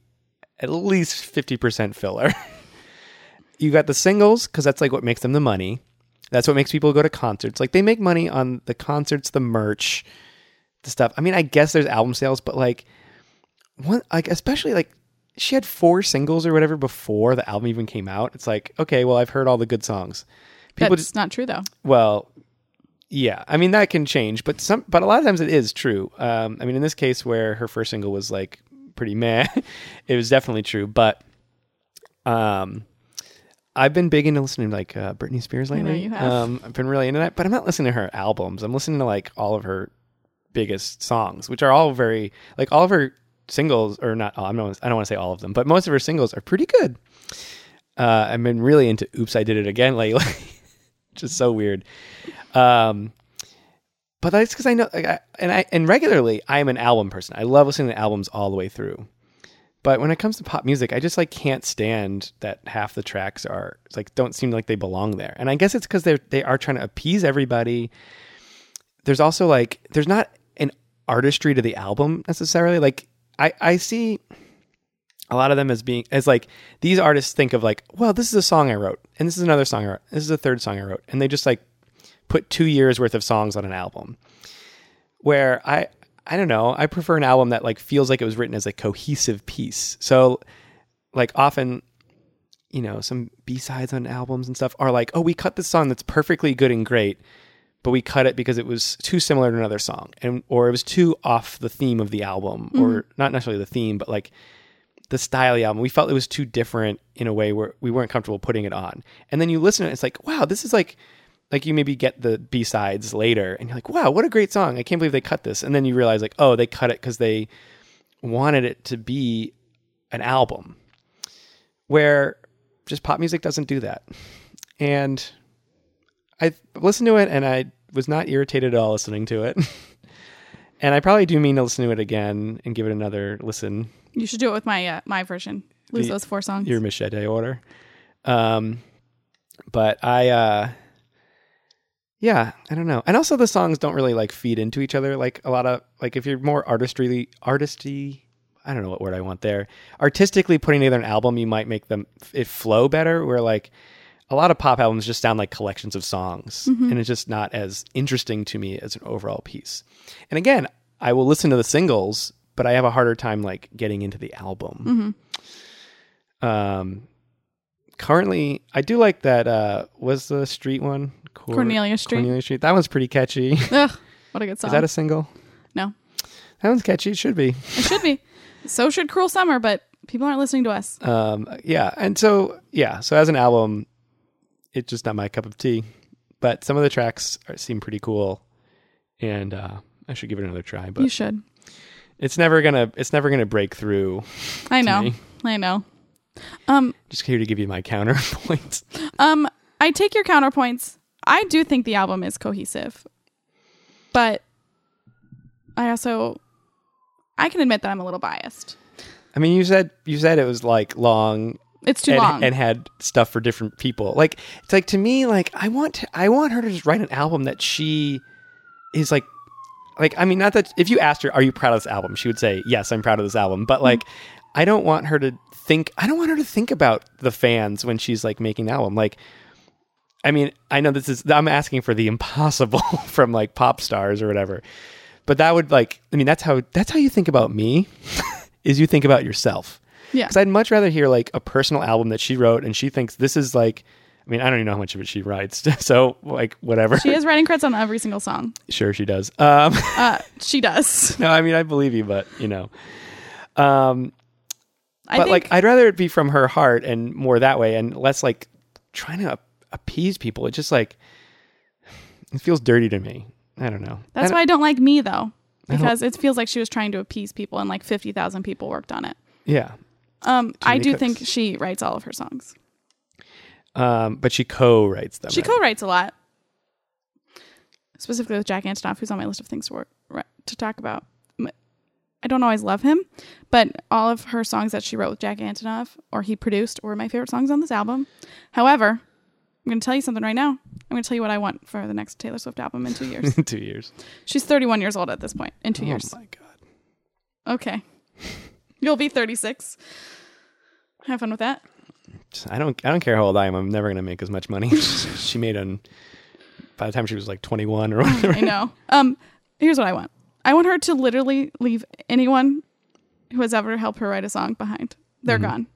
[SPEAKER 1] at least fifty percent filler. you got the singles because that's like what makes them the money. That's what makes people go to concerts. Like they make money on the concerts, the merch, the stuff. I mean, I guess there's album sales, but like one, like especially like she had four singles or whatever before the album even came out. It's like okay, well I've heard all the good songs. People
[SPEAKER 2] That's
[SPEAKER 1] just
[SPEAKER 2] not true, though.
[SPEAKER 1] well, yeah. I mean that can change, but some but a lot of times it is true. Um, I mean in this case where her first single was like pretty meh, it was definitely true. But um, I've been big into listening to like uh, Britney Spears
[SPEAKER 2] know
[SPEAKER 1] lately.
[SPEAKER 2] you have.
[SPEAKER 1] Um, I've been really into that, but I'm not listening to her albums. I'm listening to like all of her biggest songs, which are all very like all of her singles or not. all I'm not, I don't want to say all of them, but most of her singles are pretty good. Uh, I've been really into "Oops, I Did It Again" lately, just so weird. Um, but that's because I know, like, I, and I and regularly I am an album person. I love listening to albums all the way through. But when it comes to pop music, I just like can't stand that half the tracks are like don't seem like they belong there. And I guess it's because they're they are trying to appease everybody. There's also like there's not an artistry to the album necessarily. Like I I see a lot of them as being as like these artists think of like, well, this is a song I wrote, and this is another song I wrote, this is the third song I wrote, and they just like put two years worth of songs on an album. Where I I don't know, I prefer an album that like feels like it was written as a cohesive piece. So like often you know, some B sides on albums and stuff are like, oh, we cut this song that's perfectly good and great, but we cut it because it was too similar to another song, and or it was too off the theme of the album, or not necessarily the theme, but like the style of the album. We felt it was too different in a way where we weren't comfortable putting it on. And then you listen to it, it's like, wow, this is like like you maybe get the B sides later, and you're like, wow, what a great song! I can't believe they cut this. And then you realize like, oh, they cut it because they wanted it to be an album where just pop music doesn't do that. And I listened to it and I was not irritated at all listening to it. and I probably do mean to listen to it again and give it another listen.
[SPEAKER 2] You should do it with my uh, my version. Lose those four songs.
[SPEAKER 1] Your machete order. Um, but I, uh, yeah, I don't know. And also the songs don't really like feed into each other. Like a lot of, like if you're more artistry, artisty, I don't know what word I want there. Artistically putting together an album, you might make them, it flow better. Where like a lot of pop albums just sound like collections of songs
[SPEAKER 2] Mm-hmm.
[SPEAKER 1] and it's just not as interesting to me as an overall piece. And again, I will listen to the singles, but I have a harder time like getting into the album.
[SPEAKER 2] Mm-hmm.
[SPEAKER 1] Um, currently, I do like that. Uh, was the street one Cor-
[SPEAKER 2] Cornelia Street.
[SPEAKER 1] Cornelia Street. That one's pretty catchy. Is
[SPEAKER 2] Ugh, what a good song.
[SPEAKER 1] that a single?
[SPEAKER 2] no,
[SPEAKER 1] That one's catchy. It should be.
[SPEAKER 2] it should be. so should Cruel Summer, but people aren't listening to us.
[SPEAKER 1] Um, yeah, and so yeah, so as an album, it's just not my cup of tea. But some of the tracks are, seem pretty cool, and uh, I should give it another try.
[SPEAKER 2] you
[SPEAKER 1] But
[SPEAKER 2] should.
[SPEAKER 1] it's never gonna it's never gonna break through.
[SPEAKER 2] I know.
[SPEAKER 1] me.
[SPEAKER 2] I know. Um,
[SPEAKER 1] Just here to give you my counterpoint.
[SPEAKER 2] um, I take your counterpoints. I do think the album is cohesive, but I also I can admit that I'm a little biased.
[SPEAKER 1] I mean, you said you said it was like long
[SPEAKER 2] It's too
[SPEAKER 1] and,
[SPEAKER 2] long.
[SPEAKER 1] and had stuff for different people. Like it's like to me, like I want to, I want her to just write an album that she is like, like I mean, not that if you asked her, are you proud of this album? She would say, yes, I'm proud of this album. But
[SPEAKER 2] Mm-hmm.
[SPEAKER 1] like, I don't want her to think. I don't want her to think about the fans when she's like making the album. Like, I mean, I know this is I'm asking for the impossible from like pop stars or whatever. But that would like, I mean, that's how that's how you think about me, is you think about yourself.
[SPEAKER 2] yeah.
[SPEAKER 1] Because I'd much rather hear like a personal album that she wrote and she thinks this is like, I mean, I don't even know how much of it she writes. So, like, whatever.
[SPEAKER 2] she is writing credits on every single song.
[SPEAKER 1] sure, she does. Um,
[SPEAKER 2] Uh, she does.
[SPEAKER 1] no, I mean, I believe you, but, you know. Um,
[SPEAKER 2] I
[SPEAKER 1] but,
[SPEAKER 2] think
[SPEAKER 1] like, I'd rather it be from her heart and more that way and less like trying to appease people. It just like, it feels dirty to me. I don't know. I
[SPEAKER 2] that's
[SPEAKER 1] don't-
[SPEAKER 2] why I don't like me though, because it feels like she was trying to appease people, and like fifty thousand people worked on it.
[SPEAKER 1] Yeah.
[SPEAKER 2] Um, I
[SPEAKER 1] many
[SPEAKER 2] do
[SPEAKER 1] cooks.
[SPEAKER 2] think she writes all of her songs.
[SPEAKER 1] Um, but she co writes them.
[SPEAKER 2] She
[SPEAKER 1] I-
[SPEAKER 2] co-writes a lot, specifically with Jack Antonoff, who's on my list of things to, wor- ri- to talk about. M- I don't always love him, but all of her songs that she wrote with Jack Antonoff or he produced were my favorite songs on this album. However, I'm going to tell you something right now. I'm going to tell you what I want for the next Taylor Swift album in two years.
[SPEAKER 1] in two years.
[SPEAKER 2] She's 31 years old at this point. In two
[SPEAKER 1] Oh
[SPEAKER 2] years,
[SPEAKER 1] my God.
[SPEAKER 2] okay, you'll be 36. Have fun with that.
[SPEAKER 1] I don't I don't care how old I am. I'm never going to make as much money. she made on by the time she was like 21 or whatever.
[SPEAKER 2] I know. Um, here's what I want. I want her to literally leave anyone who has ever helped her write a song behind. They're gone.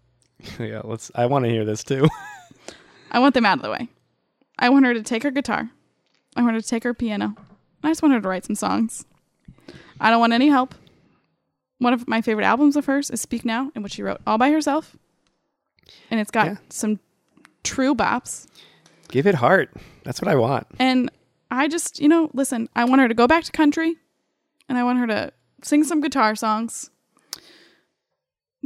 [SPEAKER 1] yeah, let's I want to hear this too.
[SPEAKER 2] I want them out of the way. I want her to take her guitar. I want her to take her piano. I just want her to write some songs. I don't want any help. One of my favorite albums of hers is Speak Now, in which she wrote all by herself. And it's got
[SPEAKER 1] Yeah.
[SPEAKER 2] some true bops.
[SPEAKER 1] Give it heart. That's what I want.
[SPEAKER 2] And I just, you know, listen, I want her to go back to country and I want her to sing some guitar songs. Do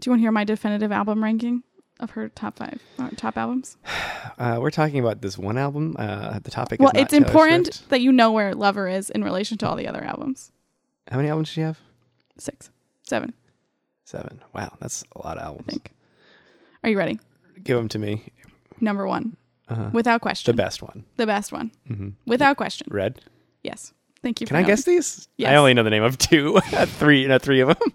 [SPEAKER 2] you want to hear my definitive album ranking of her top five uh, top albums?
[SPEAKER 1] Uh, we're talking about this one album. Uh, the topic
[SPEAKER 2] well,
[SPEAKER 1] is not
[SPEAKER 2] it's
[SPEAKER 1] Taylor
[SPEAKER 2] important
[SPEAKER 1] Swift.
[SPEAKER 2] that you know where Lover is in relation to all the other albums.
[SPEAKER 1] How many albums does she have?
[SPEAKER 2] Six, seven,
[SPEAKER 1] 7. Wow, that's a lot of albums.
[SPEAKER 2] I think. Are you ready?
[SPEAKER 1] Give them to me.
[SPEAKER 2] Number one,
[SPEAKER 1] Uh-huh.
[SPEAKER 2] without
[SPEAKER 1] The
[SPEAKER 2] question,
[SPEAKER 1] best one.
[SPEAKER 2] the best one,
[SPEAKER 1] Mhm.
[SPEAKER 2] without question.
[SPEAKER 1] Red.
[SPEAKER 2] Yes, thank you.
[SPEAKER 1] Can
[SPEAKER 2] for
[SPEAKER 1] I
[SPEAKER 2] knowing.
[SPEAKER 1] guess these?
[SPEAKER 2] Yes.
[SPEAKER 1] I only know the name of two, three, no, three of them.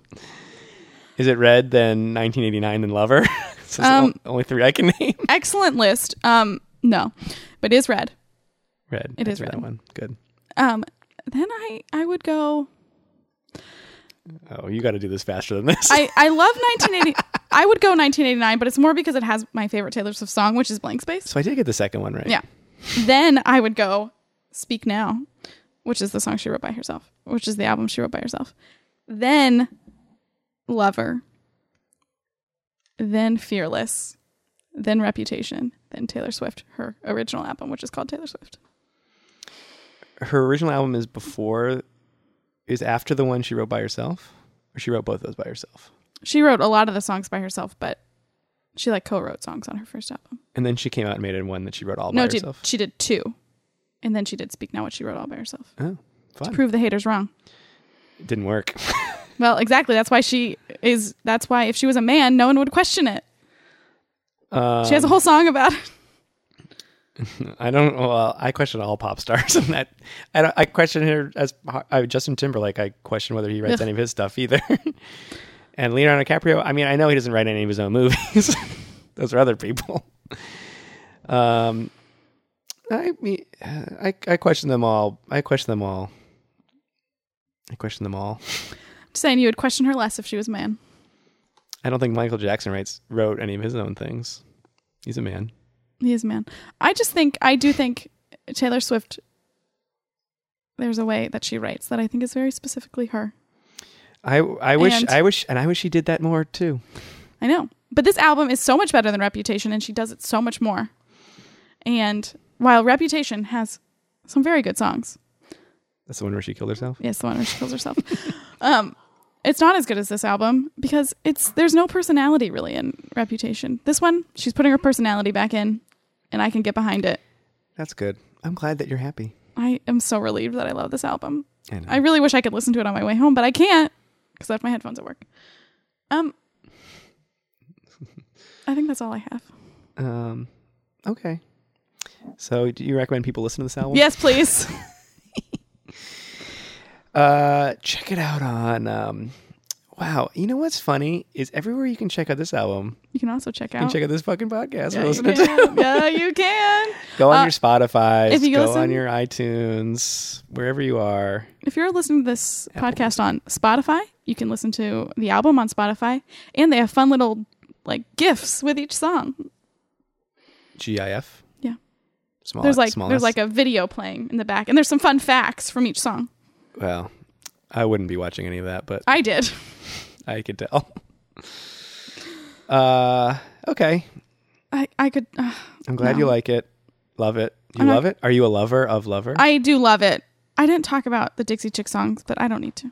[SPEAKER 1] Is it red, then 1989, then Lover? so it's
[SPEAKER 2] Um,
[SPEAKER 1] the only three I can name.
[SPEAKER 2] Excellent list. Um, no, but it is red.
[SPEAKER 1] Red.
[SPEAKER 2] It
[SPEAKER 1] That's
[SPEAKER 2] is
[SPEAKER 1] right,
[SPEAKER 2] red.
[SPEAKER 1] That one. Good.
[SPEAKER 2] Um, then I I would go.
[SPEAKER 1] Oh, you got to do this faster than this.
[SPEAKER 2] I I love 1980. I would go 1989, but it's more because it has my favorite Taylor Swift song, which is Blank Space.
[SPEAKER 1] so I did get the second one right.
[SPEAKER 2] Yeah. then I would go Speak Now, which is the song she wrote by herself, which is the album she wrote by herself. Then Lover. Then Fearless. Then Reputation. Then Taylor Swift, her original album, which is called Taylor Swift.
[SPEAKER 1] Her original album is before, is after the one she wrote by herself, or she wrote both those by herself.
[SPEAKER 2] She wrote a lot of the songs by herself, but she like co-wrote songs on her first album.
[SPEAKER 1] And then she came out and made it one that she wrote all
[SPEAKER 2] no,
[SPEAKER 1] by
[SPEAKER 2] did,
[SPEAKER 1] herself.
[SPEAKER 2] she did two. And then she did Speak Now, which she wrote all by herself.
[SPEAKER 1] Oh, fun.
[SPEAKER 2] Prove the haters wrong.
[SPEAKER 1] It didn't work.
[SPEAKER 2] Well, exactly. That's why she is. That's why if she was a man, no one would question it.
[SPEAKER 1] Um,
[SPEAKER 2] She has a whole song about it.
[SPEAKER 1] I don't. Well, I question all pop stars, and that I don't, I question her as I, Justin Timberlake. I question whether he writes
[SPEAKER 2] Ugh.
[SPEAKER 1] any of his stuff either. and Leonardo DiCaprio. I mean, I know he doesn't write any of his own movies. Those are other people. Um, I mean, I I question them all. I question them all. I question them all.
[SPEAKER 2] Just saying you would question her less if she was a man.
[SPEAKER 1] I don't think Michael Jackson writes wrote any of his own things. He's a man.
[SPEAKER 2] He is a man. I just think I do think Taylor Swift. There's a way that she writes that I think is very specifically her.
[SPEAKER 1] I I wish
[SPEAKER 2] And-
[SPEAKER 1] I wish and I wish he did that more too.
[SPEAKER 2] I know, but this album is so much better than Reputation, and she does it so much more. And while Reputation has some very good songs,
[SPEAKER 1] That's the one where she killed herself.
[SPEAKER 2] yes, the one where she kills herself. um, it's not as good as this album because it's there's no personality really in Reputation. This one, she's putting her personality back in, and I can get behind it.
[SPEAKER 1] That's good. I'm glad that you're happy.
[SPEAKER 2] I am so relieved that I love this album.
[SPEAKER 1] I know.
[SPEAKER 2] I really wish I could listen to it on my way home, but I can't because I have my headphones at work. Um, I think that's all I have.
[SPEAKER 1] um, okay. So, do you recommend people listen to this album?
[SPEAKER 2] Yes, please.
[SPEAKER 1] Uh, check it out on. Um, wow. You know what's funny is everywhere you can check out this album,
[SPEAKER 2] You can also check
[SPEAKER 1] you can
[SPEAKER 2] out.
[SPEAKER 1] check out this fucking podcast.
[SPEAKER 2] yeah,
[SPEAKER 1] we're
[SPEAKER 2] you
[SPEAKER 1] listening to.
[SPEAKER 2] can. yeah, you can.
[SPEAKER 1] Go on
[SPEAKER 2] Uh,
[SPEAKER 1] your Spotify.
[SPEAKER 2] if you
[SPEAKER 1] go
[SPEAKER 2] listen-
[SPEAKER 1] on your iTunes, wherever you are.
[SPEAKER 2] If you're listening to this podcast on Spotify, you can listen to the album on Spotify, and they have fun little like gifts with each song.
[SPEAKER 1] GIF.
[SPEAKER 2] Yeah.
[SPEAKER 1] Small.
[SPEAKER 2] there's like
[SPEAKER 1] small
[SPEAKER 2] there's like a video playing in the back, and there's some fun facts from each song.
[SPEAKER 1] Well, I wouldn't be watching any of that, but
[SPEAKER 2] I did.
[SPEAKER 1] I could tell. Uh, okay.
[SPEAKER 2] I I could. Uh,
[SPEAKER 1] I'm glad
[SPEAKER 2] No.
[SPEAKER 1] you like it. Love it. You
[SPEAKER 2] I'm not-
[SPEAKER 1] love it? Are you a lover of lover?
[SPEAKER 2] I do love it. I didn't talk about the Dixie Chick songs, but I don't need to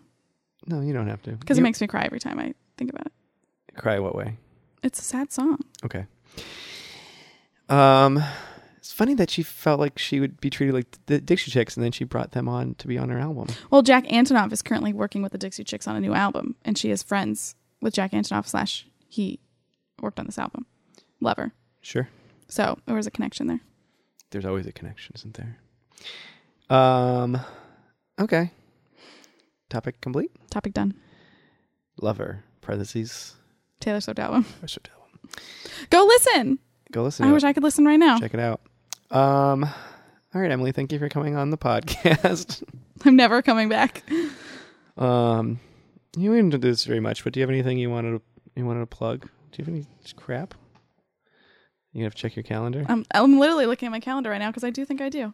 [SPEAKER 1] no, you don't have to.
[SPEAKER 2] because it
[SPEAKER 1] You
[SPEAKER 2] makes me cry every time I think about it.
[SPEAKER 1] cry what way?
[SPEAKER 2] It's a sad song.
[SPEAKER 1] Okay. Um it's funny that she felt like she would be treated like the Dixie Chicks and then she brought them on to be on her album.
[SPEAKER 2] Well, Jack Antonoff is currently working with the Dixie Chicks on a new album, and she is friends with Jack Antonoff slash he worked on this album. Lover.
[SPEAKER 1] Sure.
[SPEAKER 2] So there was a connection there.
[SPEAKER 1] There's always a connection, isn't there? Um okay. Topic complete.
[SPEAKER 2] Topic done.
[SPEAKER 1] Lover. Parentheses.
[SPEAKER 2] Taylor Swift album.
[SPEAKER 1] Rest of album.
[SPEAKER 2] Go listen.
[SPEAKER 1] Go listen
[SPEAKER 2] I
[SPEAKER 1] to
[SPEAKER 2] wish
[SPEAKER 1] it.
[SPEAKER 2] I could listen right now.
[SPEAKER 1] Check it out. Um all right, Emily, thank you for coming on the podcast.
[SPEAKER 2] I'm never coming back.
[SPEAKER 1] Um, you didn't do this very much, but do you have anything you wanted to, you wanted to plug? Do you have any crap? You have to check your calendar.
[SPEAKER 2] I'm, I'm literally looking at my calendar right now because I do think I do.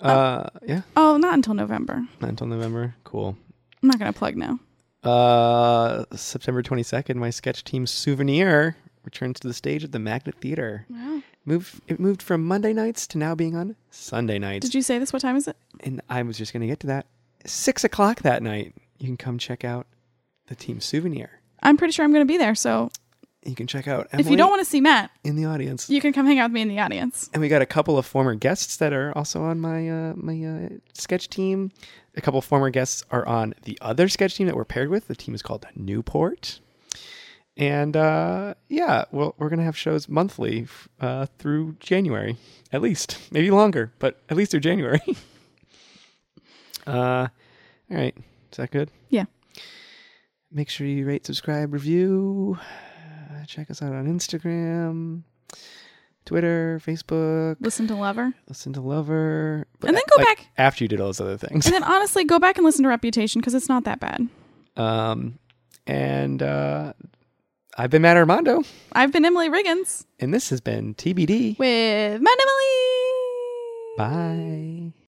[SPEAKER 1] Uh, yeah,
[SPEAKER 2] Oh, not until November.
[SPEAKER 1] not until November. Cool.
[SPEAKER 2] I'm not going to plug now.
[SPEAKER 1] Uh, September twenty second, my sketch team souvenir returns to the stage at the Magnet Theater.
[SPEAKER 2] Wow.
[SPEAKER 1] Moved it moved from Monday nights to now being on Sunday nights.
[SPEAKER 2] Did you say this? What time is it?
[SPEAKER 1] and I was just gonna get to that. Six o'clock that night, you can come check out the team souvenir.
[SPEAKER 2] I'm pretty sure I'm going to be there. So
[SPEAKER 1] You can check out Emily
[SPEAKER 2] if you don't want to see Matt,
[SPEAKER 1] in the audience.
[SPEAKER 2] you can come hang out with me in the audience.
[SPEAKER 1] and we got a couple of former guests that are also on my uh, my uh, sketch team. A couple of former guests are on the other sketch team that we're paired with. The team is called Newport, and uh, yeah, well, we're gonna have shows monthly f- uh, through January, at least, maybe longer, but at least through January. uh, all right, is that good?
[SPEAKER 2] Yeah.
[SPEAKER 1] Make sure you rate, subscribe, review. Uh, Check us out on Instagram, Twitter, Facebook.
[SPEAKER 2] Listen to Lover.
[SPEAKER 1] Listen to Lover. But
[SPEAKER 2] And then
[SPEAKER 1] a-
[SPEAKER 2] go
[SPEAKER 1] like,
[SPEAKER 2] back-
[SPEAKER 1] after you did all those other things.
[SPEAKER 2] And then honestly, go back and listen to Reputation because it's not that bad.
[SPEAKER 1] Um, and uh, I've been Matt Armando,
[SPEAKER 2] I've been Emily Riggins
[SPEAKER 1] and this has been TBD.
[SPEAKER 2] with Matt and
[SPEAKER 1] Bye.
[SPEAKER 2] Emily.